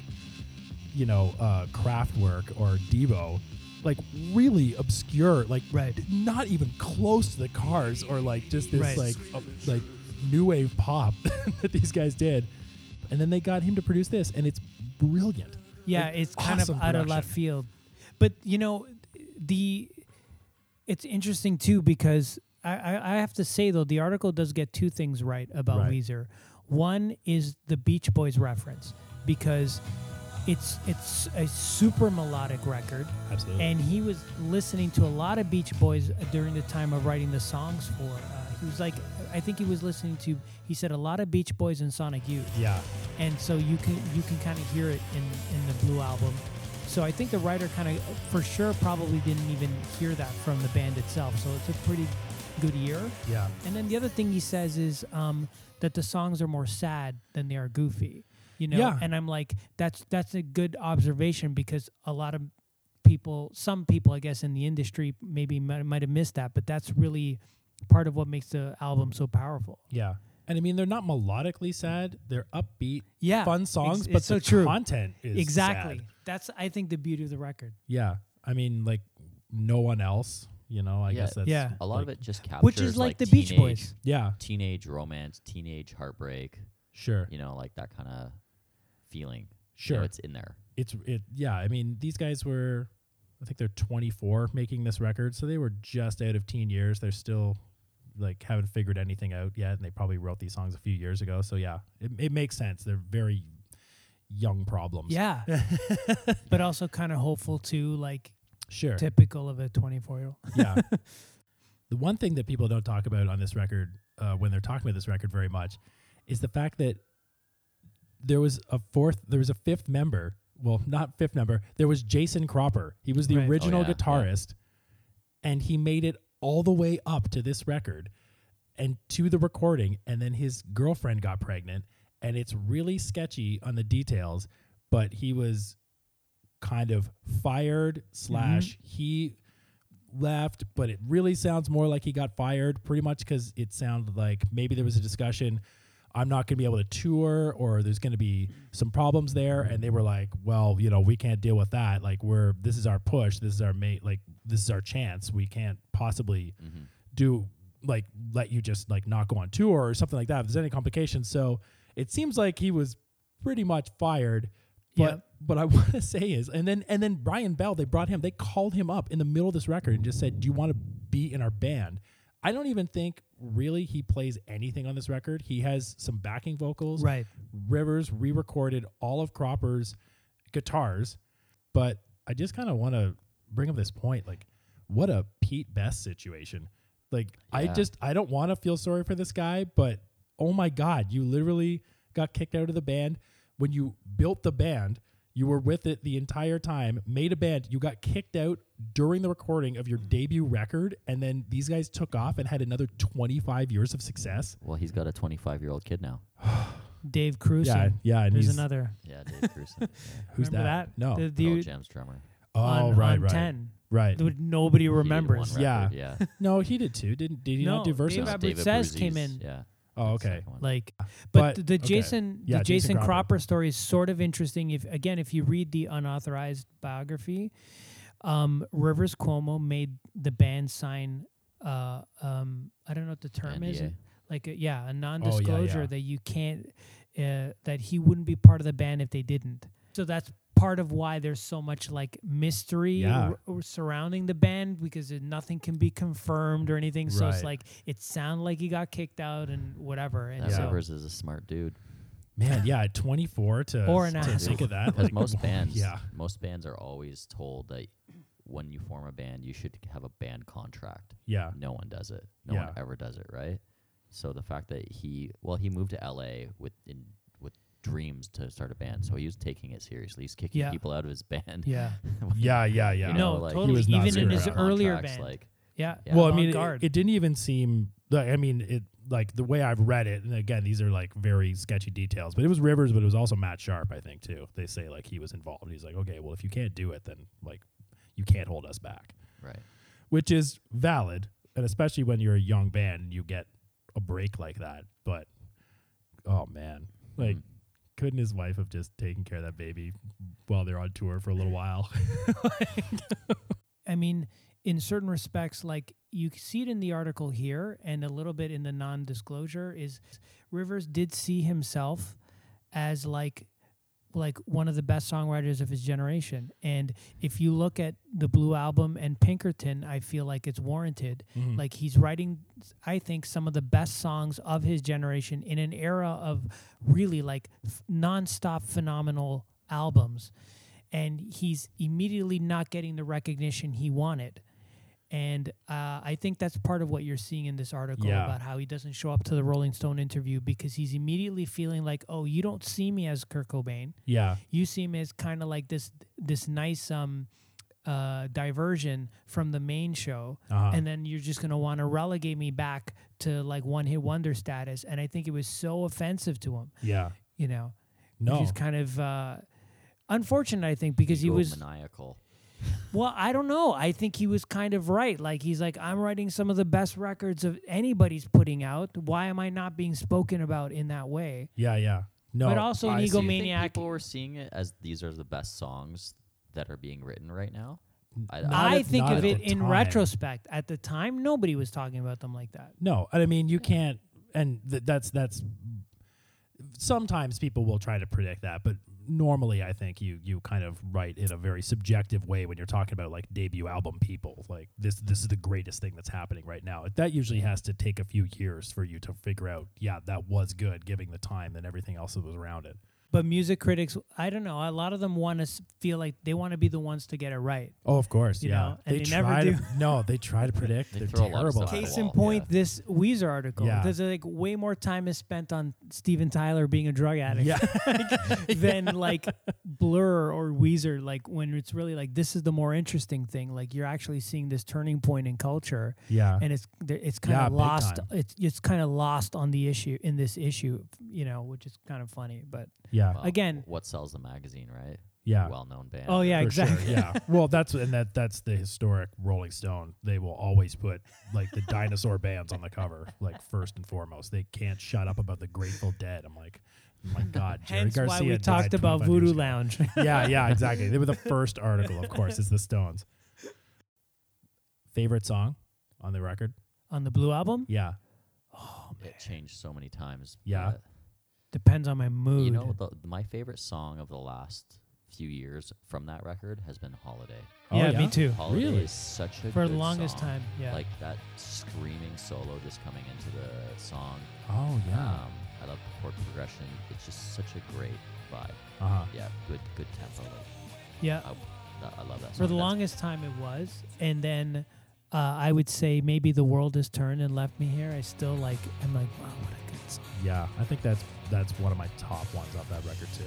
B: you know, uh Kraftwerk or Devo, like really obscure, like
D: Right.
B: not even close to the cars or like just this
D: Right.
B: like uh, like new wave pop that these guys did. And then they got him to produce this and it's brilliant.
D: Yeah,
B: Like,
D: it's kind
B: awesome
D: of out of left
B: production.
D: field. But you know, the it's interesting too because I, I, I have to say though the article does get two things right about
B: Right.
D: Weezer. One is the Beach Boys reference because it's it's a super melodic record,
B: Absolutely.
D: and he was listening to a lot of Beach Boys during the time of writing the songs for. Uh, he was like, I think he was listening to. He said a lot of Beach Boys and Sonic Youth
B: yeah.
D: and so you can you can kind of hear it in in the blue album so i think the writer kind of for sure probably didn't even hear that from the band itself so it's a pretty good year
B: Yeah.
D: and then the other thing he says is um, that the songs are more sad than they are goofy you know
B: Yeah.
D: and i'm like that's that's a good observation because a lot of people some people i guess in the industry maybe might, might have missed that but that's really part of what makes the album so powerful
B: Yeah. And I mean, they're not melodically sad. They're upbeat,
D: yeah
B: fun
D: Ex-
B: songs,
D: it's
B: but
D: so
B: the
D: true
B: content is
D: exactly
B: sad.
D: that's i think the beauty of the record
B: Yeah. I mean, like no one else. You know, I
C: Yeah.
B: guess that's
D: Yeah.
C: A lot of
B: like-
C: it just captures
D: which is like, the beach
C: teenage-
D: boys
B: Yeah,
C: Teenage romance, teenage heartbreak.
B: sure,
C: You know, like that kind of feeling. You know,
B: sure.
C: it's in there.
B: it's it. Yeah, I mean, these guys were, I think they're 24 making this record, so they were just out of teen years. They're still like haven't figured anything out yet, and they probably wrote these songs a few years ago. So yeah, it it makes sense. They're very young problems.
D: yeah but also kind of hopeful too like
B: sure.
D: typical of a 24 year old
B: yeah. The one thing that people don't talk about on this record, uh, when they're talking about this record very much, is the fact that there was a fourth, there was a fifth member well, not fifth number. There was Jason Cropper. He was the
D: Right. Oh,
B: original
C: yeah, yeah.
B: guitarist, and he made it all the way up to this record and to the recording. And then his girlfriend got pregnant, and it's really sketchy on the details, but he was kind of fired, slash, he left, but it really sounds more like he got fired, pretty much because it sounded like maybe there was a discussion. I'm not going to be able to tour, or there's going to be some problems there, and they were like, "Well, you know, we can't deal with that. Like, we're this is our push, this is our mate, like this is our chance. We can't possibly do like let you just like not go on tour or something like that. If there's any complications, so it seems like he was pretty much fired. But
D: Yeah.
B: but I want to say is, and then and then Brian Bell, they brought him, they called him up in the middle of this record and just said, "Do you want to be in our band?" I don't even think really he plays anything on this record. He has some backing vocals.
D: Right.
B: Rivers re-recorded all of Cropper's guitars, but I just kind of want to bring up this point, like what a Pete Best situation. Like I
C: Yeah.
B: just I don't want to feel sorry for this guy, but oh my god, you literally got kicked out of the band when you built the band. You were with it the entire time, made a band. You got kicked out during the recording of your debut record, and then these guys took off and had another 25 years of success.
C: Well, he's got a 25 year old kid now.
D: Dave Cruson.
B: Yeah, yeah. And
D: There's
B: he's,
D: another.
C: Yeah, Dave Grusin. yeah.
B: who's
D: Remember
B: that? No.
D: The,
C: Good old
D: the,
C: Jams drummer.
B: oh,
D: on,
B: right,
D: on
B: right,
D: 10.
B: right.
D: that would- Nobody
C: He did one
D: remembers.
B: right. Yeah.
C: record, yeah.
B: No, he did too. Didn't did he
D: No,
B: not do verses?
D: Dave
C: No,
D: Abbott
C: David
D: says came
C: Bruzzese,
D: in.
C: Yeah.
B: oh,
C: that's the
B: okay.
C: second one.
D: Like,
B: But-
D: but, the
B: okay.
D: Jason
B: Yeah,
D: the
B: Jason
D: Jason,
B: Cropper.
D: Cropper. story is sort of interesting. If again, if you read the unauthorized biography, um, Rivers Cuomo made the band sign. Uh, um, I don't know what the term is.
C: NDA.
D: Like, a, yeah, a non-disclosure
B: Oh, yeah.
D: that you can't. Uh, that he wouldn't be part of the band if they didn't. So that's part of why there's so much like mystery
B: Yeah.
D: r- r- surrounding the band because it, nothing can be confirmed or anything. So
B: Right.
D: it's like it sounded like he got kicked out and whatever. And
C: That
D: so
C: Rivers is a smart dude.
B: Man, yeah, at 24 to
D: Or an
B: to
D: asshole.
B: think of that.
C: Because
B: like,
C: most bands,
B: Yeah.
C: most bands are always told that when you form a band, you should have a band contract.
B: Yeah.
C: No one does it. No
B: Yeah.
C: one ever does it, right? So the fact that he, well, he moved to LA with in, with dreams to start a band, so he was taking it seriously. He's kicking
D: Yeah.
C: people out of his band.
D: Yeah.
B: Yeah, yeah,
C: You
B: yeah.
D: No,
C: like,
B: He
D: totally.
B: was not
D: Even in
B: screwing
D: his
B: around.
D: earlier
C: contracts,
D: band.
C: like
D: yeah.
C: Yeah.
B: well, I mean, it,
D: avant-garde.
B: it didn't even seem. Like, I mean, it like the way I've read it, and again, these are like very sketchy details. But it was Rivers, but it was also Matt Sharp, I think, too. They say like he was involved. He's like, okay, well, if you can't do it, then like you can't hold us back,
C: right.
B: which is valid, and especially when you're a young band, and you get a break like that. But oh man, like. Couldn't his wife have just taken care of that baby while they're on tour for a little while?
D: I mean, in certain respects, like you c- see it in the article here and a little bit in the non disclosure, is Rivers did see himself as like like one of the best songwriters of his generation. And if you look at the Blue Album and Pinkerton, I feel like it's warranted. Like he's writing I think some of the best songs of his generation in an era of really like f- nonstop phenomenal albums. And he's immediately not getting the recognition he wanted. And uh, I think that's part of what you're seeing in this article
B: Yeah.
D: about how he doesn't show up to the Rolling Stone interview because he's immediately feeling like, oh, you don't see me as Kurt Cobain.
B: yeah,
D: You see me as kind of like this this nice um, uh, diversion from the main show,
B: Uh-huh.
D: and then you're just gonna want to relegate me back to like one hit wonder status. And I think it was so offensive to him,
B: yeah.
D: you know,
B: No,
D: which is kind of uh, unfortunate. I think because he was
C: maniacal.
D: well, I don't know. I think he was kind of right. Like he's like, I'm writing some of the best records of anybody's putting out. Why am I not being spoken about in that way?
B: Yeah, yeah. No,
D: but also an
B: I see.
C: Do you think
D: egomaniac.
C: people were seeing it as these are the best songs that are being written right now. I,
B: Not
D: I
B: at-
D: think
B: not
D: of
B: at
D: it
B: the
D: in
B: time.
D: retrospect. At the time, nobody was talking about them like that.
B: no. And I mean, you can't. And th- that's that's. Sometimes people will try to predict that, but normally I think you you kind of write in a very subjective way when you're talking about like debut album people. Like this this is the greatest thing that's happening right now. That usually has to take a few years for you to figure out. Yeah, that was good, giving the time and everything else that was around it.
D: But music critics, I don't know. A lot of them want to feel like they want to be the ones to get it right.
B: Oh, of course,
D: You
B: yeah.
D: know, and they never
B: try
D: do.
B: to no, they try to predict.
C: They
B: They're
C: throw a lot of
B: terrible.
C: stuff
B: at
C: at
B: it.
D: Case
C: the
D: in
C: wall,
D: point,
C: yeah.
D: this Weezer article
B: Yeah.
D: because like way more time is spent on Steven Tyler being a drug addict
B: Yeah,
D: than like Blur or Weezer. Like when it's really like this is the more interesting thing. Like you're actually seeing this turning point in culture,
B: yeah.
D: and it's th- it's kind
B: Yeah,
D: of
B: big
D: lost.
B: time.
D: It's it's kind of lost on the issue in this issue, you know, which is kind of funny. But
B: Yeah,
C: Well,
D: Again-
C: Um, what sells the magazine, right?
B: yeah.
C: Well-known band.
D: oh yeah,
B: for sure,
D: exactly.
B: yeah. Well, that's and that that's the historic Rolling Stone. They will always put like the dinosaur bands on the cover, like first and foremost. They can't shut up about the Grateful Dead. I'm like, oh my God, Jerry
D: Hence
B: Garcia
D: why we
B: died
D: talked about
B: 25 years
D: Voodoo
B: ago.
D: Lounge.
B: yeah, yeah, exactly. They were the first article, of course, is the Stones. Favorite song on the record?
D: on the blue album
B: Yeah.
C: It changed so many times.
B: Yeah.
C: but-
D: depends on my mood
C: You know, the, my favorite song of the last few years from that record has been "Holiday."
B: Oh,
D: yeah, me
B: yeah?
D: too
C: "Holiday"
B: Really?
C: is such a
D: for the
C: good
D: longest
C: song.
D: time yeah
C: Like that screaming solo just coming into the song.
B: Oh
C: Um, I love the chord progression. It's just such a great vibe.
B: Uh huh.
C: Yeah, good good tempo. Like,
D: yeah
C: that, I love that. song.
D: for the
C: That's-
D: longest time it was and then uh, i would say maybe the world has turned and left me here i still like i'm like wow what a good song
B: Yeah, I think that's that's one of my top ones off that record too.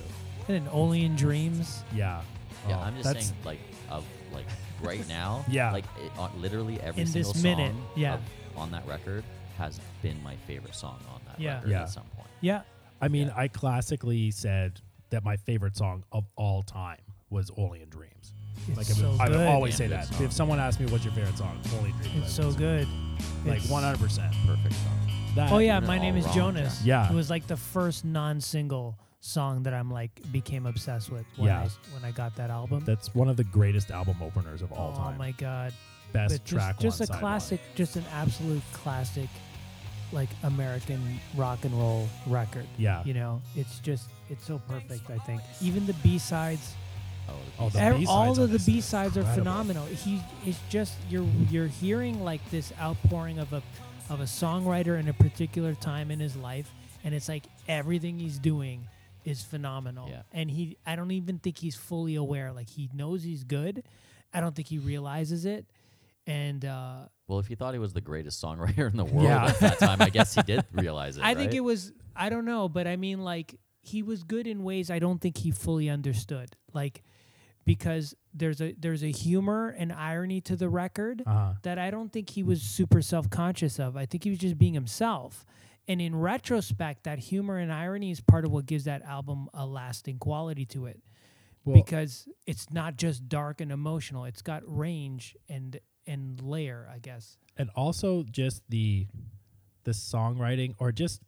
D: and then only in dreams
B: Yeah.
C: Yeah,
B: Oh,
C: I'm just
B: that's-
C: saying, like, of like right now,
B: Yeah.
C: like it, on, literally every
D: In this
C: single
D: minute,
C: song
D: yeah.
C: of- on that record has been my favorite song on that
D: Yeah.
C: record
B: Yeah.
C: at some point.
D: yeah
B: I mean,
C: Yeah.
B: I classically said that my favorite song of all time was Only in Dreams.
D: it's
B: Like I
D: so
B: would, I would
D: good
B: always say
C: Damn good
B: that.
C: song.
B: If someone asked me what's your favorite song, Only in Dreams.
D: it's
B: I
D: so
B: would
D: good
B: say. Like
D: It's-
B: one hundred percent.
C: Perfect song.
B: That
D: oh yeah
C: Doing It
D: my
C: All
D: name is
C: Wrong,
D: jonas
B: yeah. Yeah.
D: it was like the first non-single song that i'm like became obsessed with when,
B: Yeah.
D: I, when I got that album
B: that's one of the greatest album openers of all
D: oh
B: time.
D: my god
B: Best
D: but
B: track
D: just, just
B: one,
D: a
B: side one.
D: classic just an absolute classic like american rock and roll record
B: Yeah.
D: you know it's just it's so perfect i think even the b-sides
C: Oh, the
B: Oh,
C: B-
B: the
D: ev-
B: B-sides
D: all
B: on
D: of the
B: this is
D: b-sides are
B: incredible.
D: phenomenal he it's just you're you're hearing like this outpouring of a of a songwriter in a particular time in his life and it's like everything he's doing is phenomenal
C: Yeah.
D: and he i don't even think he's fully aware like he knows he's good i don't think he realizes it and uh
C: well, if he thought he was the greatest songwriter in the world
B: Yeah.
C: at that time, I guess he did realize it.
D: I think
C: right?
D: it was I don't know, but I mean like he was good in ways I don't think he fully understood. Like because there's a there's a humor and irony to the record
B: Uh-huh.
D: that I don't think he was super self-conscious of. I think he was just being himself. And in retrospect, that humor and irony is part of what gives that album a lasting quality to it.
B: Well-
D: because it's not just dark and emotional. It's got range and and layer, I guess.
B: and also just the the songwriting or just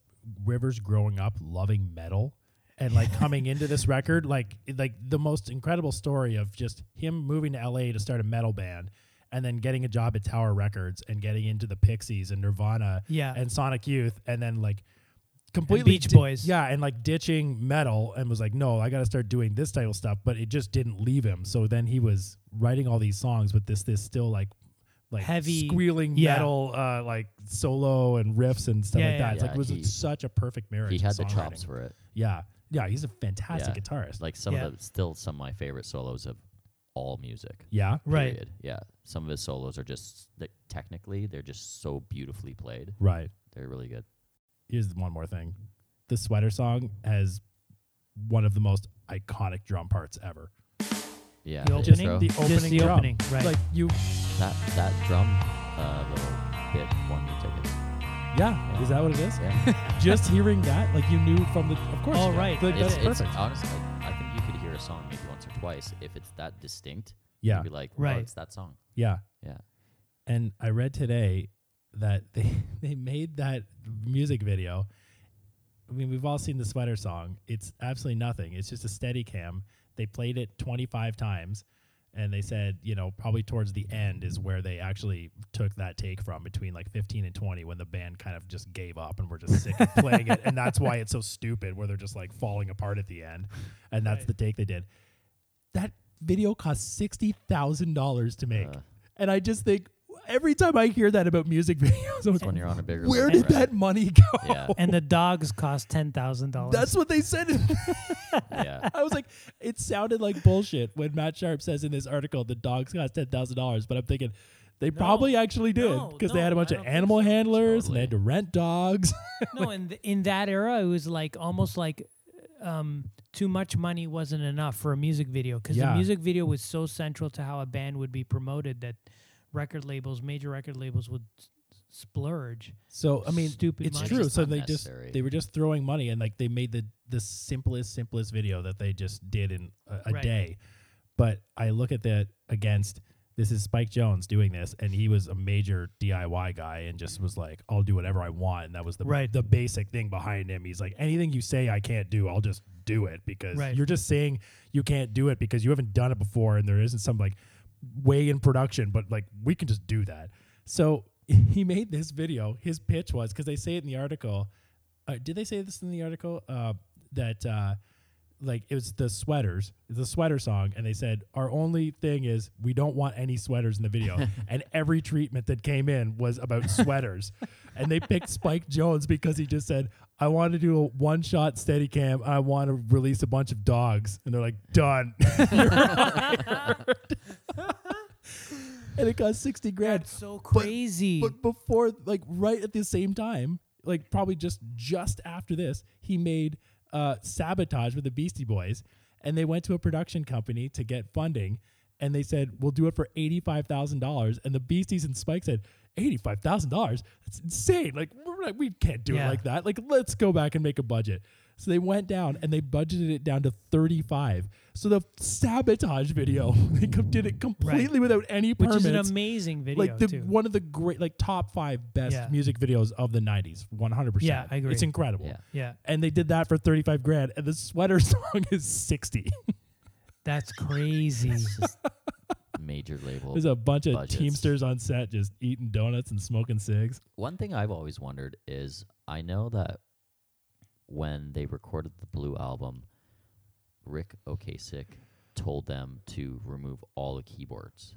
B: Rivers growing up loving metal and like coming into this record like like the most incredible story of just him moving to LA to start a metal band and then getting a job at Tower Records and getting into the Pixies and Nirvana
D: Yeah.
B: and Sonic Youth and then like completely
D: Beach
B: di-
D: Boys.
B: yeah and like ditching metal and was like no I got to start doing this type of stuff but it just didn't leave him so then he was writing all these songs with this this still like like
D: Heavy-
B: squealing
D: yeah.
B: metal uh, like solo and riffs and stuff
D: Yeah,
B: like
D: yeah,
B: that. It's
C: yeah.
B: like it was
C: He-
B: such a perfect marriage.
C: He
B: of
C: had the
B: songwriting.
C: chops for it.
B: Yeah, yeah, he's a fantastic
C: Yeah.
B: guitarist.
C: Like some
D: Yeah.
C: of the still some of my favorite solos of all music.
B: yeah,
D: Right.
C: period. Yeah. Some of his solos are just like, technically they're just so beautifully played.
B: right.
C: They're really good.
B: Here's one more thing: the sweater song has one of the most iconic drum parts ever.
C: Yeah.
D: The
B: Just
D: opening?
B: the
D: Just
B: opening,
D: the
B: drum.
D: opening, right.
B: Like you,
C: That that drum uh, little bit won me tickets.
B: yeah. Is that what it is?
C: Yeah.
B: Just hearing that, like you knew from the, of course.
D: Oh,
B: you did.
D: right.
B: Like,
C: it's,
B: that's
C: it's
B: perfect.
C: honestly, I think you could hear a song maybe once or twice if it's that distinct.
B: yeah,
C: You'd be like,
D: Right.
C: oh, it's that song.
B: yeah.
C: Yeah.
B: And I read today that they they made that music video. I mean, we've all seen the sweater song. It's absolutely nothing. It's just a steady cam. They played it 25 times and they said, you know, probably towards the end is where they actually took that take from between like 15 and 20 when the band kind of just gave up and were just sick of playing it. And that's why it's so stupid where they're just like falling apart at the end. And that's
D: Right.
B: the take they did. That video cost $60,000 to make.
C: Uh,
B: And I just think every time I hear that about music videos, I'm
C: It's
B: like,
C: when you're on a bigger.
B: where
C: label,
B: did
C: right?
B: that money go?
C: Yeah,
D: and the dogs cost ten thousand dollars.
B: That's what they said.
C: yeah.
B: I was like, it sounded like bullshit when Matt Sharp says in this article the dogs cost ten thousand dollars, but I'm thinking they probably actually did
D: no,
B: because they had a
D: no,
B: bunch
D: I
B: of
D: don't think
B: animal
D: so.
B: handlers and they had to
C: Totally.
B: rent dogs.
D: No, in th- in that era, it was like almost like um, too much money wasn't enough for a music video because
B: Yeah.
D: the music video was so central to how a band would be promoted that record labels, major record labels, would s- splurge.
B: So I mean,
D: Stupid
B: It's
D: money.
B: true.
C: Just
B: So they just
C: unnecessary.
B: they were just throwing money and like they made the the simplest simplest video that they just did in a, a
D: Right.
B: day. But I look at that against this is Spike Jones doing this, and he was a major DIY guy and just was like, "I'll do whatever I want," and that was the
D: Right.
B: the basic thing behind him. He's like, "Anything you say I can't do, I'll just do it because
D: Right.
B: you're just saying you can't do it because you haven't done it before, and there isn't some like way in production, but like we can just do that." So he made this video. His pitch was because they say it in the article. Uh, did they say this in the article uh, that uh, like it was the sweaters, the sweater song, and they said our only thing is we don't want any sweaters in the video, and every treatment that came in was about sweaters, and they picked Spike Jones because he just said I want to do a one shot steady cam, I want to release a bunch of dogs, and they're like done, You're hired. and it cost sixty grand.
D: That's so crazy.
B: But before, like right at the same time, like probably just just after this, he made uh, "Sabotage" with the Beastie Boys, and they went to a production company to get funding, and they said, "We'll do it for eighty-five thousand dollars." And the Beasties and Spike said, 85000 dollars? That's insane! Like we're not, we can't do it
D: Yeah.
B: like that. Like let's go back and make a budget." So they went down and they budgeted it down to 35. So the sabotage video, they com- did it completely without any
D: which
B: permits
D: is an amazing video
B: like the
D: too.
B: one of the great like top five best
D: Yeah.
B: music videos of the 90s 100%
D: Yeah, I agree.
B: it's incredible
C: Yeah.
D: yeah,
B: and they did that for 35 grand and the sweater song is 60
D: that's crazy.
C: It's just major label.
B: there's a bunch of
C: Budgets.
B: teamsters on set just eating donuts and smoking cigs
C: One thing I've always wondered is I know that when they recorded the Blue album, Rick Ocasek told them to remove all the keyboards.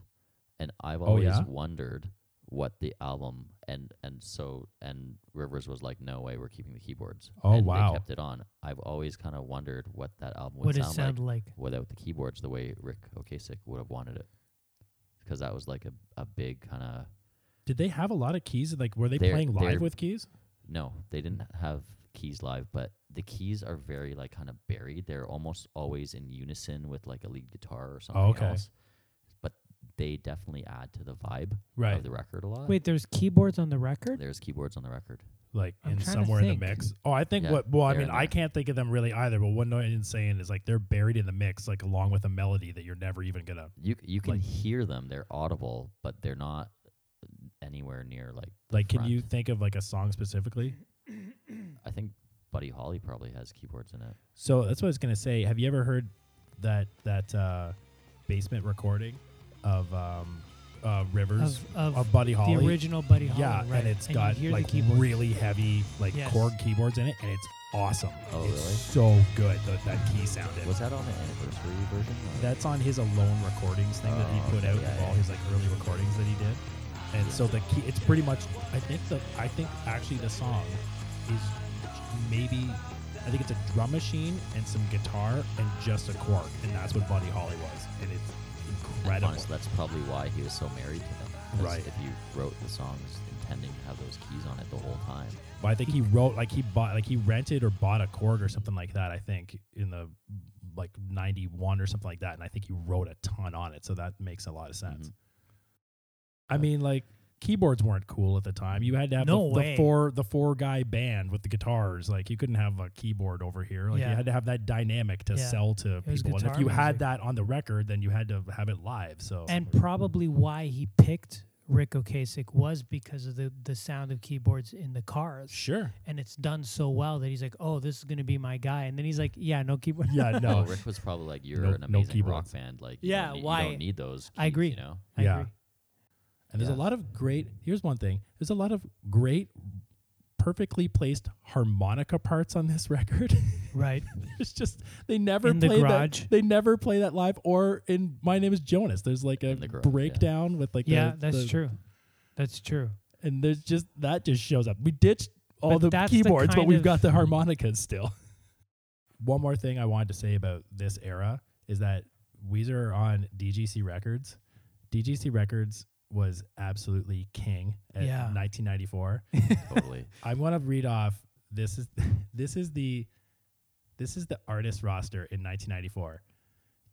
C: And I've
B: Oh,
C: always
B: yeah?
C: wondered what the album and and so and Rivers was like, No way, we're keeping the keyboards.
B: Oh,
C: and
B: wow.
C: They kept it on. I've always kinda wondered what that album would
D: what it
C: sound,
D: sounded
C: like,
D: like.
C: without the keyboards the way Rick Ocasek would have wanted it. Because that was like a, a big kind of
B: did they have a lot of keys like were they
C: They're-
B: playing
C: they're-
B: live with keys
C: No, they didn't have keys live, but the keys are very like kind of buried. They're almost always in unison with like a lead guitar or something
B: okay.
C: else. But they definitely add to the vibe
B: Right.
C: of the record a lot.
D: Wait, there's keyboards on the record.
C: There's keyboards on the record.
B: like
D: I'm
B: in
D: trying to
B: somewhere in the
D: think.
B: mix oh i think
C: Yeah,
B: what well i
C: they're
B: mean
C: in
B: i
C: there.
B: can't think of them really either but what i'm saying is like they're buried in the mix like along with a melody that you're never even gonna
C: You c- you can
B: Like-
C: hear them. They're audible, but they're not anywhere near like. the
B: like can
C: front.
B: you think of like a song specifically
C: I think Buddy Holly probably has keyboards in it.
B: So that's what I was gonna say. Have you ever heard that that uh, basement recording of um, uh, Rivers
D: Of- of
B: Buddy Holly?
D: The original Buddy Holly.
B: yeah,
D: right.
B: and it's
D: you
B: got
D: hear the
B: like
D: keyboard.
B: really heavy like
D: Yes.
B: chord keyboards in it, and it's awesome.
C: Oh,
B: it's so good that that key sound. in it.
C: Was that on the anniversary version? or-
B: That's on his alone recordings thing that he
C: Oh,
B: put
C: okay,
B: out
C: yeah,
B: of all
C: yeah.
B: his like early recordings that he did. And so the key, it's pretty much. I think the I think actually the song is maybe I think it's a drum machine and some guitar and just a quark, and that's what Buddy Holly was, and it's
C: And
B: incredible.
C: honestly, that's probably why he was so married to them. 'cause
B: Right.
C: If you wrote the songs intending to have those keys on it the whole time,
B: But I think he wrote like he bought like he rented or bought a Korg or something like that. I think in the like ninety one or something like that, and I think he wrote a ton on it. So that makes a lot of sense.
C: Mhm.
B: I mean, like keyboards weren't cool at the time. You had to have
D: Mm-hmm. No
B: the, the
D: way.
B: four the four guy band with the guitars. Like you couldn't have a keyboard over here. Like you
D: Yeah.
B: had to have that dynamic to
D: Yeah.
B: sell to
D: was
B: people. And if
D: guitar
B: you had
D: music.
B: that on the record, then you had to have it live. So
D: and probably why he picked Rick Ocasek was because of the the sound of keyboards in the cars,
B: sure,
D: and it's done so well that he's like, "Oh, this is gonna be my guy," and then he's like, "Yeah, no keyboard."
B: yeah,
C: No,
B: no,
C: Rick was probably like, "You're
B: No-
C: an
B: no
C: amazing rock
B: keyboards.
C: band. Like, you
D: Yeah,
C: don't need, You
D: why-
C: don't need those. Keys,
D: I agree.
C: You know,
D: I
B: Yeah.
D: agree.
B: And there's a
C: Yeah.
B: lot of great. Here's one thing. There's a lot of great, perfectly placed harmonica parts on this record.
D: right?
B: it's just they never
D: In the
B: play
D: garage?
B: that. They never play that live. Or in My Name Is Jonas. There's like a
C: In the garage, yeah.
B: breakdown with like
D: yeah,
B: the,
D: that's
B: the-
D: true. That's true.
B: and there's just that just shows up. We ditched all
D: But
B: the
D: that's the
B: keyboards, but
D: kind
B: we've
D: of-
B: got the harmonicas still. One more thing I wanted to say about this era is that Weezer are on DGC Records. DGC Records was absolutely king at
D: Yeah.
B: 1994.
C: totally.
B: I want to read off this is this is the this is the artist roster in 1994.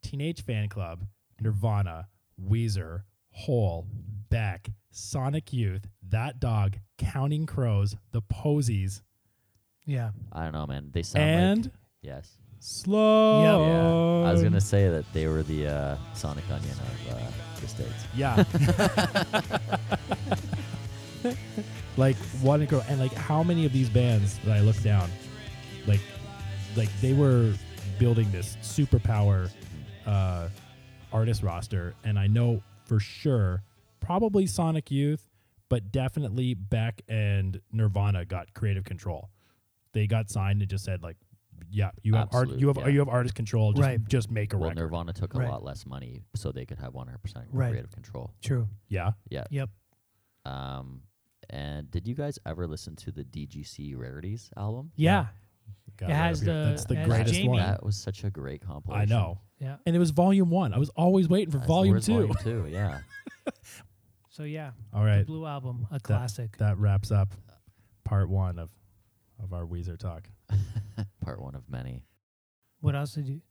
B: Teenage Fan Club, Nirvana, Weezer, Hole, Beck, Sonic Youth, That Dog, Counting Crows, The Posies,
D: Yeah.
C: I don't know, man. They sound
B: and
C: like yes.
B: Slow.
D: Yeah.
C: Yeah. I was gonna say that they were the uh, Sonic Onion of uh, the states.
B: Yeah. like one girl, and like how many of these bands that I look down, like, like they were building this superpower uh, artist roster, and I know for sure, probably Sonic Youth, but definitely Beck and Nirvana got creative control. They got signed and just said like, yeah, you have art,
C: Absolute,
B: you have
C: yeah.
B: you have artist control, just,
D: Right.
B: just make a
C: Well,
B: record.
C: Nirvana took a
D: Right.
C: lot less money, so they could have 100%
D: Right.
C: creative control.
D: True.
B: yeah.
C: Yeah.
D: Yep.
C: Um, and did you guys ever listen to the DGC Rarities album?
D: Yeah.
B: Got
D: It
B: right
D: has
B: up here.
D: the-
B: That's the
D: it has
B: greatest
D: Jamie.
B: one.
C: That was such a great compilation.
B: I know.
D: Yeah.
B: And it was volume one. I was always waiting for
C: That's-
B: volume
C: where's
B: two.
C: Volume two, yeah.
D: So yeah,
B: All
D: the
B: right.
D: Blue Album, a classic.
B: That wraps up part one of of our Weezer talk.
C: Part one of many.
D: What else did you?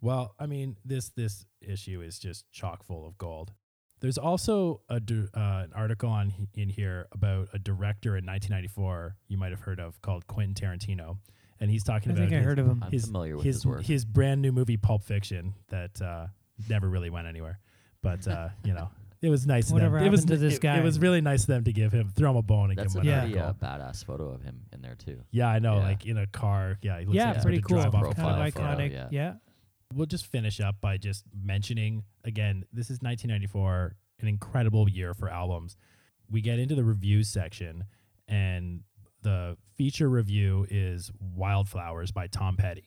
B: Well, I mean, this this issue is just chock full of gold. There's also a du- uh, an article on he- in here about a director in 1994 you might have heard of called Quentin Tarantino, and he's talking
D: I
B: about
D: think I
B: his,
D: heard of him.
C: I'm
B: his
C: familiar with
B: his,
C: his, work.
B: his brand new movie Pulp Fiction that uh, never really went anywhere. But uh, you know, it was nice. of
D: Whatever
B: them. It was
D: happened to this
B: it,
D: guy?
B: It was really nice of them to give him throw him a bone and
C: That's a
B: give him an
D: Yeah.
C: pretty
B: article.
C: uh, badass photo of him in there too.
B: Yeah, I know.
C: Yeah.
B: Like in a car. Yeah, he looks
D: Yeah,
B: like he's
D: pretty
B: about to
D: cool.
B: drive
D: Kind
B: off uh, a
D: of
C: Profile
B: cliff.
C: photo,
D: iconic.
C: yeah.
D: yeah.
B: We'll just finish up by just mentioning again. This is 1994, an incredible year for albums. We get into the review section, and the feature review is "Wildflowers" by Tom Petty.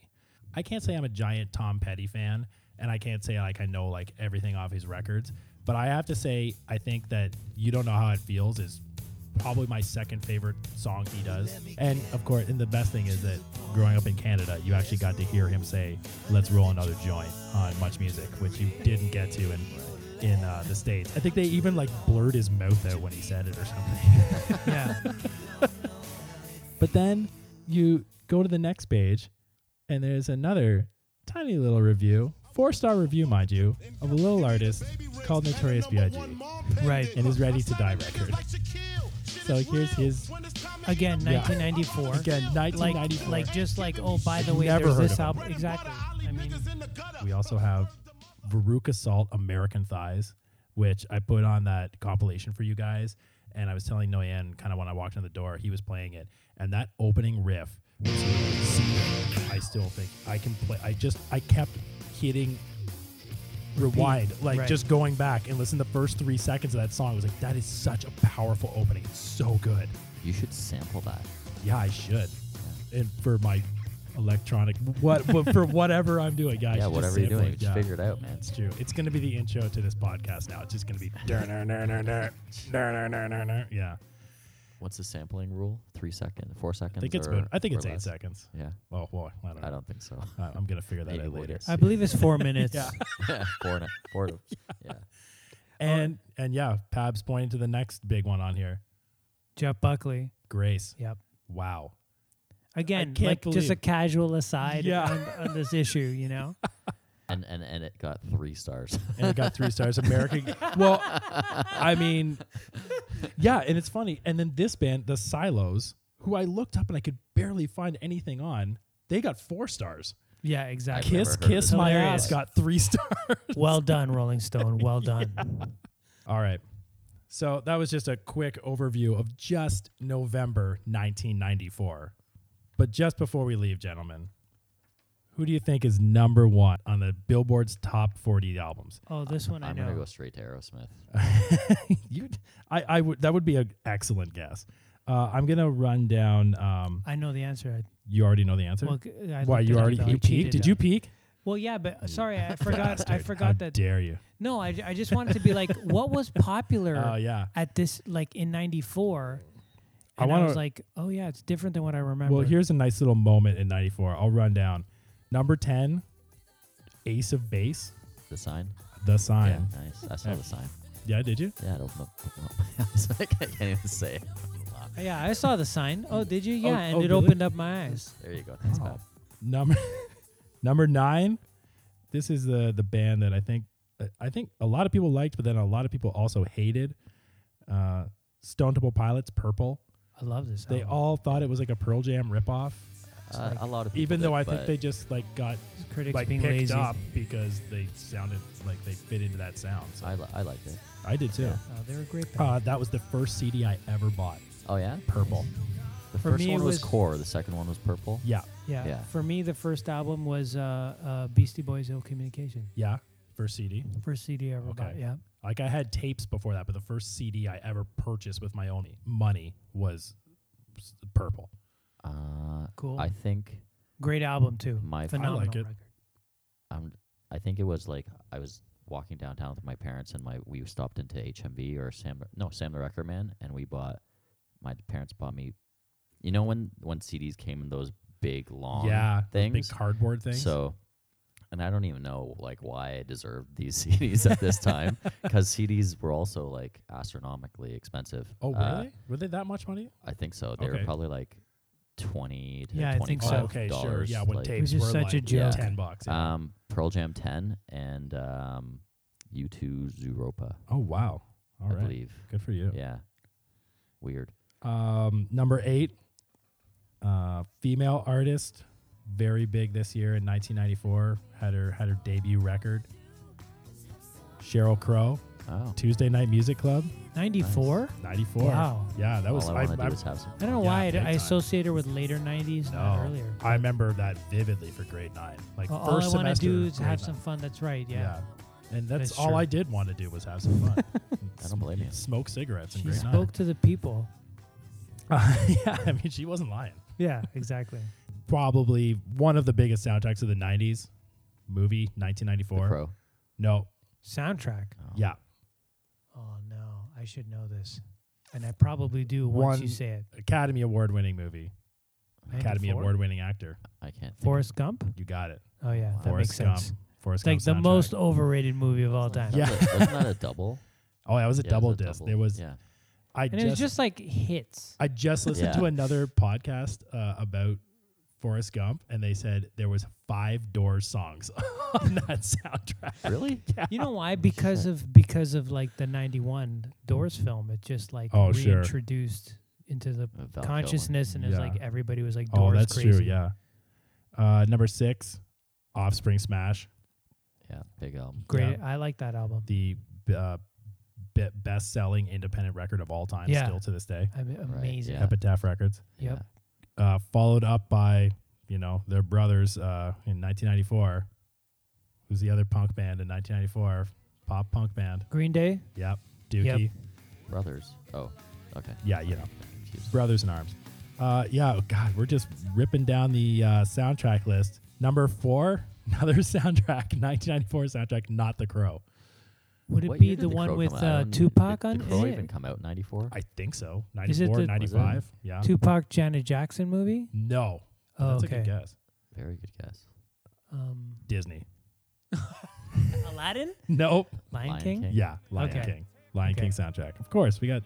B: I can't say I'm a giant Tom Petty fan, and I can't say like I know like everything off his records. But I have to say, I think that "You Don't Know How It Feels" is probably my second favorite song he does. And of course, and the best thing is that growing up in Canada, you actually got to hear him say, "Let's roll another joint" on Much Music, which you didn't get to in in uh, the states. I think they even like blurred his mouth out when he said it or something.
D: Yeah.
B: But then you go to the next page, and there's another tiny little review, four star review, mind you, of a little artist called Notorious B.I.G.
D: Right.
B: and his Ready to Die record. So here's his
D: Again,
B: Yeah.
D: 1994.
B: again
D: Like,
B: 1994.
D: like just like oh, by the way,
B: Never
D: there's
B: heard
D: this
B: of him.
D: album. Exactly. I mean,
B: we also have Veruca Salt American Thighs, which I put on that compilation for you guys. And I was telling Noyan kind of when I walked in the door, he was playing it, and that opening riff. was insane. I still think I can play. I just I kept hitting rewind, like
D: right.
B: just going back and listen to the first three seconds of that song. I was like, that is such a powerful opening. It's so good.
C: You should sample that.
B: Yeah, I should. And for my electronic, what, what for whatever I'm doing, guys.
C: yeah, whatever you're doing, just figure it out, man.
B: It's true. It's going to be the intro to this podcast now. It's just going to be. Yeah,
C: What's the sampling rule? Three seconds, four seconds?
B: I think it's
C: or,
B: about, I think
C: or
B: it's eight
C: less?
B: seconds.
C: Yeah,
B: Oh boy, I don't. Know.
C: I don't think so.
B: I- I'm going to figure that
C: Maybe
B: out
C: we'll
B: later. Uh,
C: just-
D: I believe it's four minutes.
B: Yeah.
C: four and a, four. to- yeah.
B: And and yeah, Pab's pointing to the next big one on here.
D: Jeff Buckley.
B: Grace.
D: Yep.
B: Wow.
D: Again,
B: can't
D: like just a
B: believe-
D: casual aside
B: Yeah.
D: on, on this issue, you know.
C: And, and and it got three stars.
B: and it got three stars. American. well, I mean, yeah, and it's funny. And then this band, the Silos, who I looked up and I could barely find anything on, they got four stars.
D: Yeah, exactly.
C: Never
B: Kiss,
C: heard of
B: kiss
C: them.
B: my
D: Hilarious.
B: ass got three stars.
D: Well done, Rolling Stone. Well done.
B: All right. So that was just a quick overview of just November 1994. But just before we leave, gentlemen, who do you think is number one on the Billboard's top 40 albums?
D: Oh, this one I
C: I'm
D: know.
C: gonna go straight to Aerosmith.
B: you, I, I would. That would be an excellent guess. Uh, I'm gonna run down. Um,
D: I know the answer. I,
B: you already know the answer.
D: well, c- I
B: Why
D: looked
B: you
D: it up,
B: already
D: though. I
B: you peeked?
D: cheated.
B: Did you peek?
D: Well, yeah, but sorry, I forgot.
B: Bastard.
D: I forgot
B: How
D: that.
B: Dare you?
D: No, I, I just wanted to be like, what was popular
B: Oh yeah.
D: at this like in '94?
B: I
D: And I,
B: wanna-
D: was like, oh yeah, it's different than what I remember.
B: Well, here's a nice little moment in '94. I'll run down. Number ten, Ace of Base,
C: The sign.
B: The Sign.
C: Yeah, nice. I saw the sign.
B: Yeah, did you?
C: Yeah, it opened up. opened up my eyes. I can't even say it. Wow.
D: yeah, I saw the sign. Oh, did you? Yeah,
B: Oh,
D: and
B: oh,
D: it
B: really?
D: opened up my eyes.
C: There you go. That's
B: Wow.
C: bad.
B: Number number nine. This is the the band that I think I think a lot of people liked, but then a lot of people also hated. Uh, Stone Temple Pilots, Purple.
D: I love this.
C: Oh.
B: They
D: album.
B: all thought it was like a Pearl Jam ripoff,
C: Uh,
D: like-
C: a lot of people
B: even
C: did,
B: though I
C: but
B: think they just like got
D: critics
B: like
D: being
B: picked
D: lazy.
B: up because they sounded like they fit into that sound. So
C: I, li- I liked it.
B: I did too.
D: Oh, they were great. band.
B: Uh, that was the first CD I ever bought.
C: Oh yeah.
B: Purple.
C: The
D: For
C: first
D: me, it
C: one was,
D: was-
C: core. The second one was purple.
B: Yeah.
D: yeah.
C: yeah.
D: For me, the first album was uh, uh, Beastie Boys' "Ill Communication."
B: Yeah. First CD.
D: First CD I ever bought.
B: Okay.
D: Yeah.
B: Like I had tapes before that, but the first CD I ever purchased with my own money was s- Purple.
C: Uh,
D: Cool.
C: I think
D: Great album too.
C: my
D: Phenomenal
B: like it.
D: record.
C: I'm, um, I think it was like I was walking downtown with my parents and my we stopped into HMV or Sam no Sam the Record Man and we bought my parents bought me you know when when CDs came in those big long
B: yeah. those
C: things
B: Big cardboard things.
C: so and I don't even know like why I deserved these CDs at this time because CDs were also like astronomically expensive
B: oh, really?
C: Uh,
B: Were they that much money?
C: I think so they
B: Okay.
C: were probably like twenty to
D: Yeah, I
C: twenty-five
D: think so.
B: Oh, okay, sure.
C: dollars
B: Yeah, when
C: like-
B: tapes
D: just
B: were
D: such
B: like
D: a joke.
B: ten bucks. yeah.
C: um, Pearl Jam 10 and um, U2 Zuropa,
B: oh wow. All
C: I
B: right.
C: believe.
B: Good for you.
C: Yeah. Weird.
B: Um, number eight, uh, female artist, very big this year in 1994. Had her had her debut record. Cheryl Crow,
C: Oh.
B: Tuesday Night Music Club,
D: Ninety-four.
B: 94.
D: Wow.
B: Yeah, that was
C: All
B: I,
C: I want to
B: I-
C: do is have some.
D: I don't know
B: Yeah,
D: why I,
B: big
D: I
B: time.
D: associate her with later '90s, not
B: no,
D: earlier.
B: I remember that vividly for grade nine. Like
D: Well, all I
B: first
D: want to
B: semester.
D: do is
B: grade
D: have
B: nine.
D: some fun. That's right. Yeah.
B: And that's
D: That's
B: all
D: true.
B: I did want to do was have some fun.
C: I don't blame you.
B: Smoke cigarettes in
D: She
B: grade
D: spoke to the people.
B: nine. yeah, I mean she wasn't lying.
D: Yeah, exactly.
B: Probably one of the biggest soundtracks of the 90s. Movie
C: The
B: 1994.
C: Crow.
B: No,
D: Soundtrack.
C: Oh.
B: Yeah.
D: Oh no, I should know this, and I probably do once you
B: One-
D: say it.
B: Academy Award winning movie. Academy
D: 94?
B: Award winning actor.
C: I can't. Think.
D: Forrest Gump.
B: You got it.
D: Oh yeah, that
B: Forrest
D: makes
B: Gump.
D: sense.
B: Forrest
D: It's like the
B: Gump soundtrack.
D: most overrated movie of all time.
B: Yeah.
C: That's a- Wasn't that a double?
B: Oh, that was a
C: Yeah, it
B: double
C: was a
B: disc. There was.
C: Yeah.
B: I
D: and
B: just,
D: it was just like hits.
B: I just listened
C: Yeah.
B: to another podcast uh, about Forrest Gump, and they said there was five Doors songs on that soundtrack.
C: Really?
D: You know why? Because of because of like the '91 Doors film. It just like
B: Oh, sure.
D: reintroduced into the
C: Uh, Val Kilmer.
D: consciousness, and it's
B: Yeah.
D: like everybody was like
B: oh,
D: Doors
B: that's
D: crazy.
B: true. Yeah. Uh, number six, Offspring Smash,
C: Yeah. Big album.
D: Great. I like that album.
B: the uh, be- best selling independent record of all time,
D: Yeah.
B: still to this day.
D: I mean, amazing.
C: yeah.
B: Epitaph Records.
D: Yep.
B: uh, followed up by you know their brothers uh, in 1994. Who's the other punk band in 1994? Pop punk band.
D: Green Day.
B: Yep, Dookie.
C: Yeah. Brothers. Oh. Okay.
B: Yeah, you know,
C: Confused.
B: brothers in arms. Uh, yeah, oh God, we're just ripping down the uh, soundtrack list. Number four, another soundtrack, 1994 soundtrack, not The Crow.
D: Would it
C: What
D: be
C: year did
D: the
C: Crow
D: one
C: come
D: with
C: out? I
D: uh,
C: don't- did-
D: Tupac
C: did
D: on
C: The Crow
D: it?
C: even come out in '94?
B: I think so.
D: Is it
B: 94,
D: the-
B: 95. Yeah.
D: Tupac Janet Jackson movie?
B: No.
D: Oh,
B: That's a
D: okay.
B: good guess.
C: Very good guess.
D: Um,
B: Disney.
D: Aladdin?
B: Nope.
D: Lion,
C: Lion
D: King?
C: King.
B: Yeah, Lion
D: Okay.
B: King. Lion
D: Okay.
B: King soundtrack. Of course, we got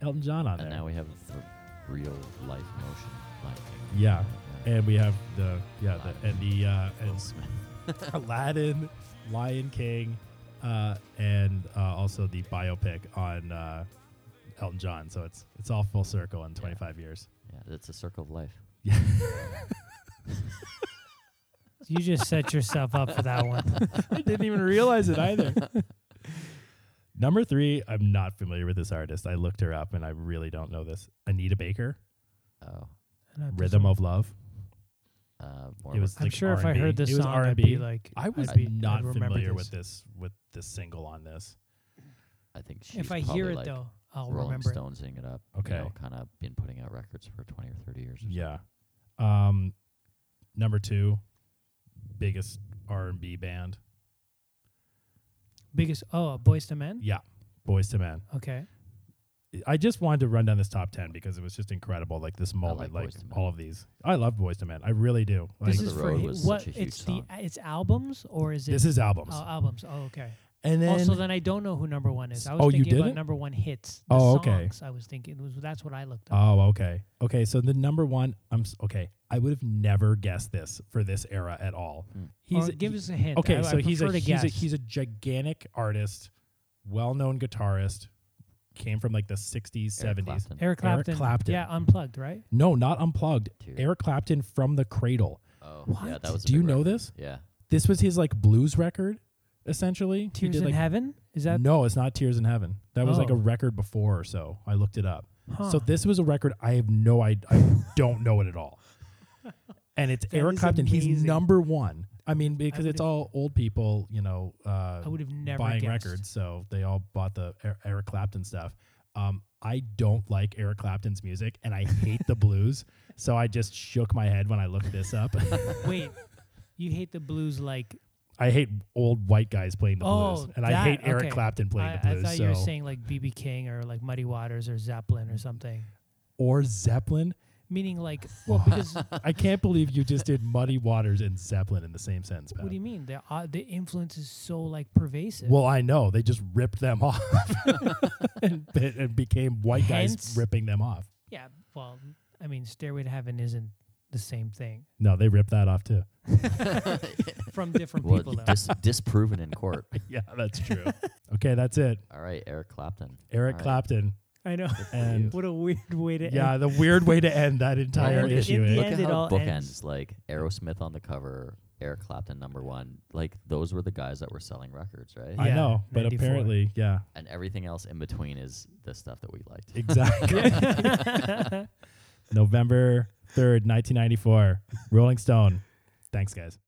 B: Elton John on
C: And
B: there.
C: now we have a real life motion. Lion King.
B: Yeah,
C: Yeah.
B: and we have the yeah the, and the uh, and Aladdin, Lion King, uh, and uh, also the biopic on uh, Elton John. So it's it's all full circle in 25 years.
C: Yeah, that's a circle of life.
D: You just set yourself up for that one.
B: I didn't even realize it either. Number three, I'm not familiar with this artist. I looked her up, and I really don't know this. Anita Baker,
C: Oh,
B: Rhythm of Love.
C: uh, more
B: It
C: of
B: was
C: a,
D: I'm
B: like
D: sure if I
B: R&B.
D: heard this
B: It was
D: song, I'd
B: R&B.
D: be like,
B: I was
D: I'd be,
B: not
D: I'd remember
B: familiar
D: this.
B: with this with the single on this.
C: I think she's
D: If I
C: probably
D: hear it
C: like
D: though, I'll
C: Rolling
D: remember it.
C: Stones sing it up.
B: Okay.
C: you know, kind of been putting out records for twenty or thirty years. Or
B: Yeah. Um, number two, biggest R and B band.
D: Biggest oh, Boys to Men.
B: Yeah, Boys to Men.
D: Okay.
B: I just wanted to run down this top ten because it was just incredible. Like this moment, like,
C: Boyz II Men.
B: all of these. I love Boys to Men. I really do. Like,
D: This
C: Over
D: is
C: the
D: for
C: Road
D: hi-
C: was
D: what?
C: such a huge
D: it's
C: song.
D: the it's albums or is it?
B: this is albums.
D: oh, albums. Oh, okay.
B: and then
D: also, then I don't know who number one is. I was
B: Oh, you
D: thinking about
B: didn't?
D: number one hits. The
B: Oh, okay.
D: Songs, I was thinking was that's what I looked up.
B: Oh, okay. Okay, so the number one, I'm s- okay. I would have never guessed this for this era at all.
D: He's Hmm. or give us a hint.
B: okay.
D: I,
B: so
D: I
B: he's
D: prefer
B: a
D: to
B: he's,
D: guess.
B: a he's a gigantic artist, well-known guitarist, came from like the '60s,
C: Eric
B: '70s.
C: Clapton.
D: Eric
B: Eric
D: Clapton.
B: Clapton.
D: Yeah, unplugged, right?
B: No, not unplugged.
C: Dude.
B: Eric Clapton from the Cradle.
C: Oh, yeah,
B: What?
C: that was. a
B: Do you
C: big
B: know
C: record.
B: this?
C: Yeah,
B: This was his like blues record, essentially. He
D: Tears
B: did,
D: in
B: like-
D: Heaven. Is that
B: no, it's not Tears in Heaven. That was like
D: Oh.
B: a record before or so. I looked it up.
D: Huh.
B: So this was a record I have no I, I don't know it at all. And it's
D: That
B: Eric
D: is
B: Clapton. He's
D: amazing.
B: number one. I mean, because it's
D: would've-
B: all old people, you know, uh,
D: I would have never
B: buying
D: guessed.
B: records. So they all bought the Er- Eric Clapton stuff. Um, I don't like Eric Clapton's music and I hate the blues. So I just shook my head when I looked this up.
D: Wait, you hate the blues like
B: I hate old white guys playing the
D: oh,
B: blues. And
D: that-
B: I hate Eric
D: okay.
B: Clapton playing
D: I,
B: the blues.
D: I thought
B: so.
D: you were saying like BB King or like Muddy Waters or Zeppelin or something.
B: or Zeppelin.
D: Meaning like well because
B: I can't believe you just did Muddy Waters and Zeppelin in the same sentence. Pat.
D: what do you mean the uh, the influence is so like pervasive.
B: Well, I know they just ripped them off and, be- and became white
D: Hence-
B: guys ripping them off.
D: yeah, well, I mean Stairway to Heaven isn't the same thing
B: No, they ripped that off too.
D: from different
C: well,
D: people though.
C: dis- disproven in court.
B: Yeah, that's true. okay, that's it.
C: All right, Eric Clapton.
B: Eric
C: All right.
B: Clapton.
D: I know.
B: And
D: What a weird way to
B: yeah, the weird way to end that entire
C: Look at-
B: issue.
D: in the
B: is
C: Look
D: end,
C: at
D: it
C: how
D: all
C: it bookends.
D: ends.
C: Like Aerosmith on the cover, Eric Clapton number one. Like those were the guys that were selling records, right?
B: I
D: Yeah,
B: know, but
D: 94.
B: apparently, yeah,
C: And everything else in between is the stuff that we liked.
B: exactly. November third, nineteen ninety four. Rolling Stone. Thanks, guys.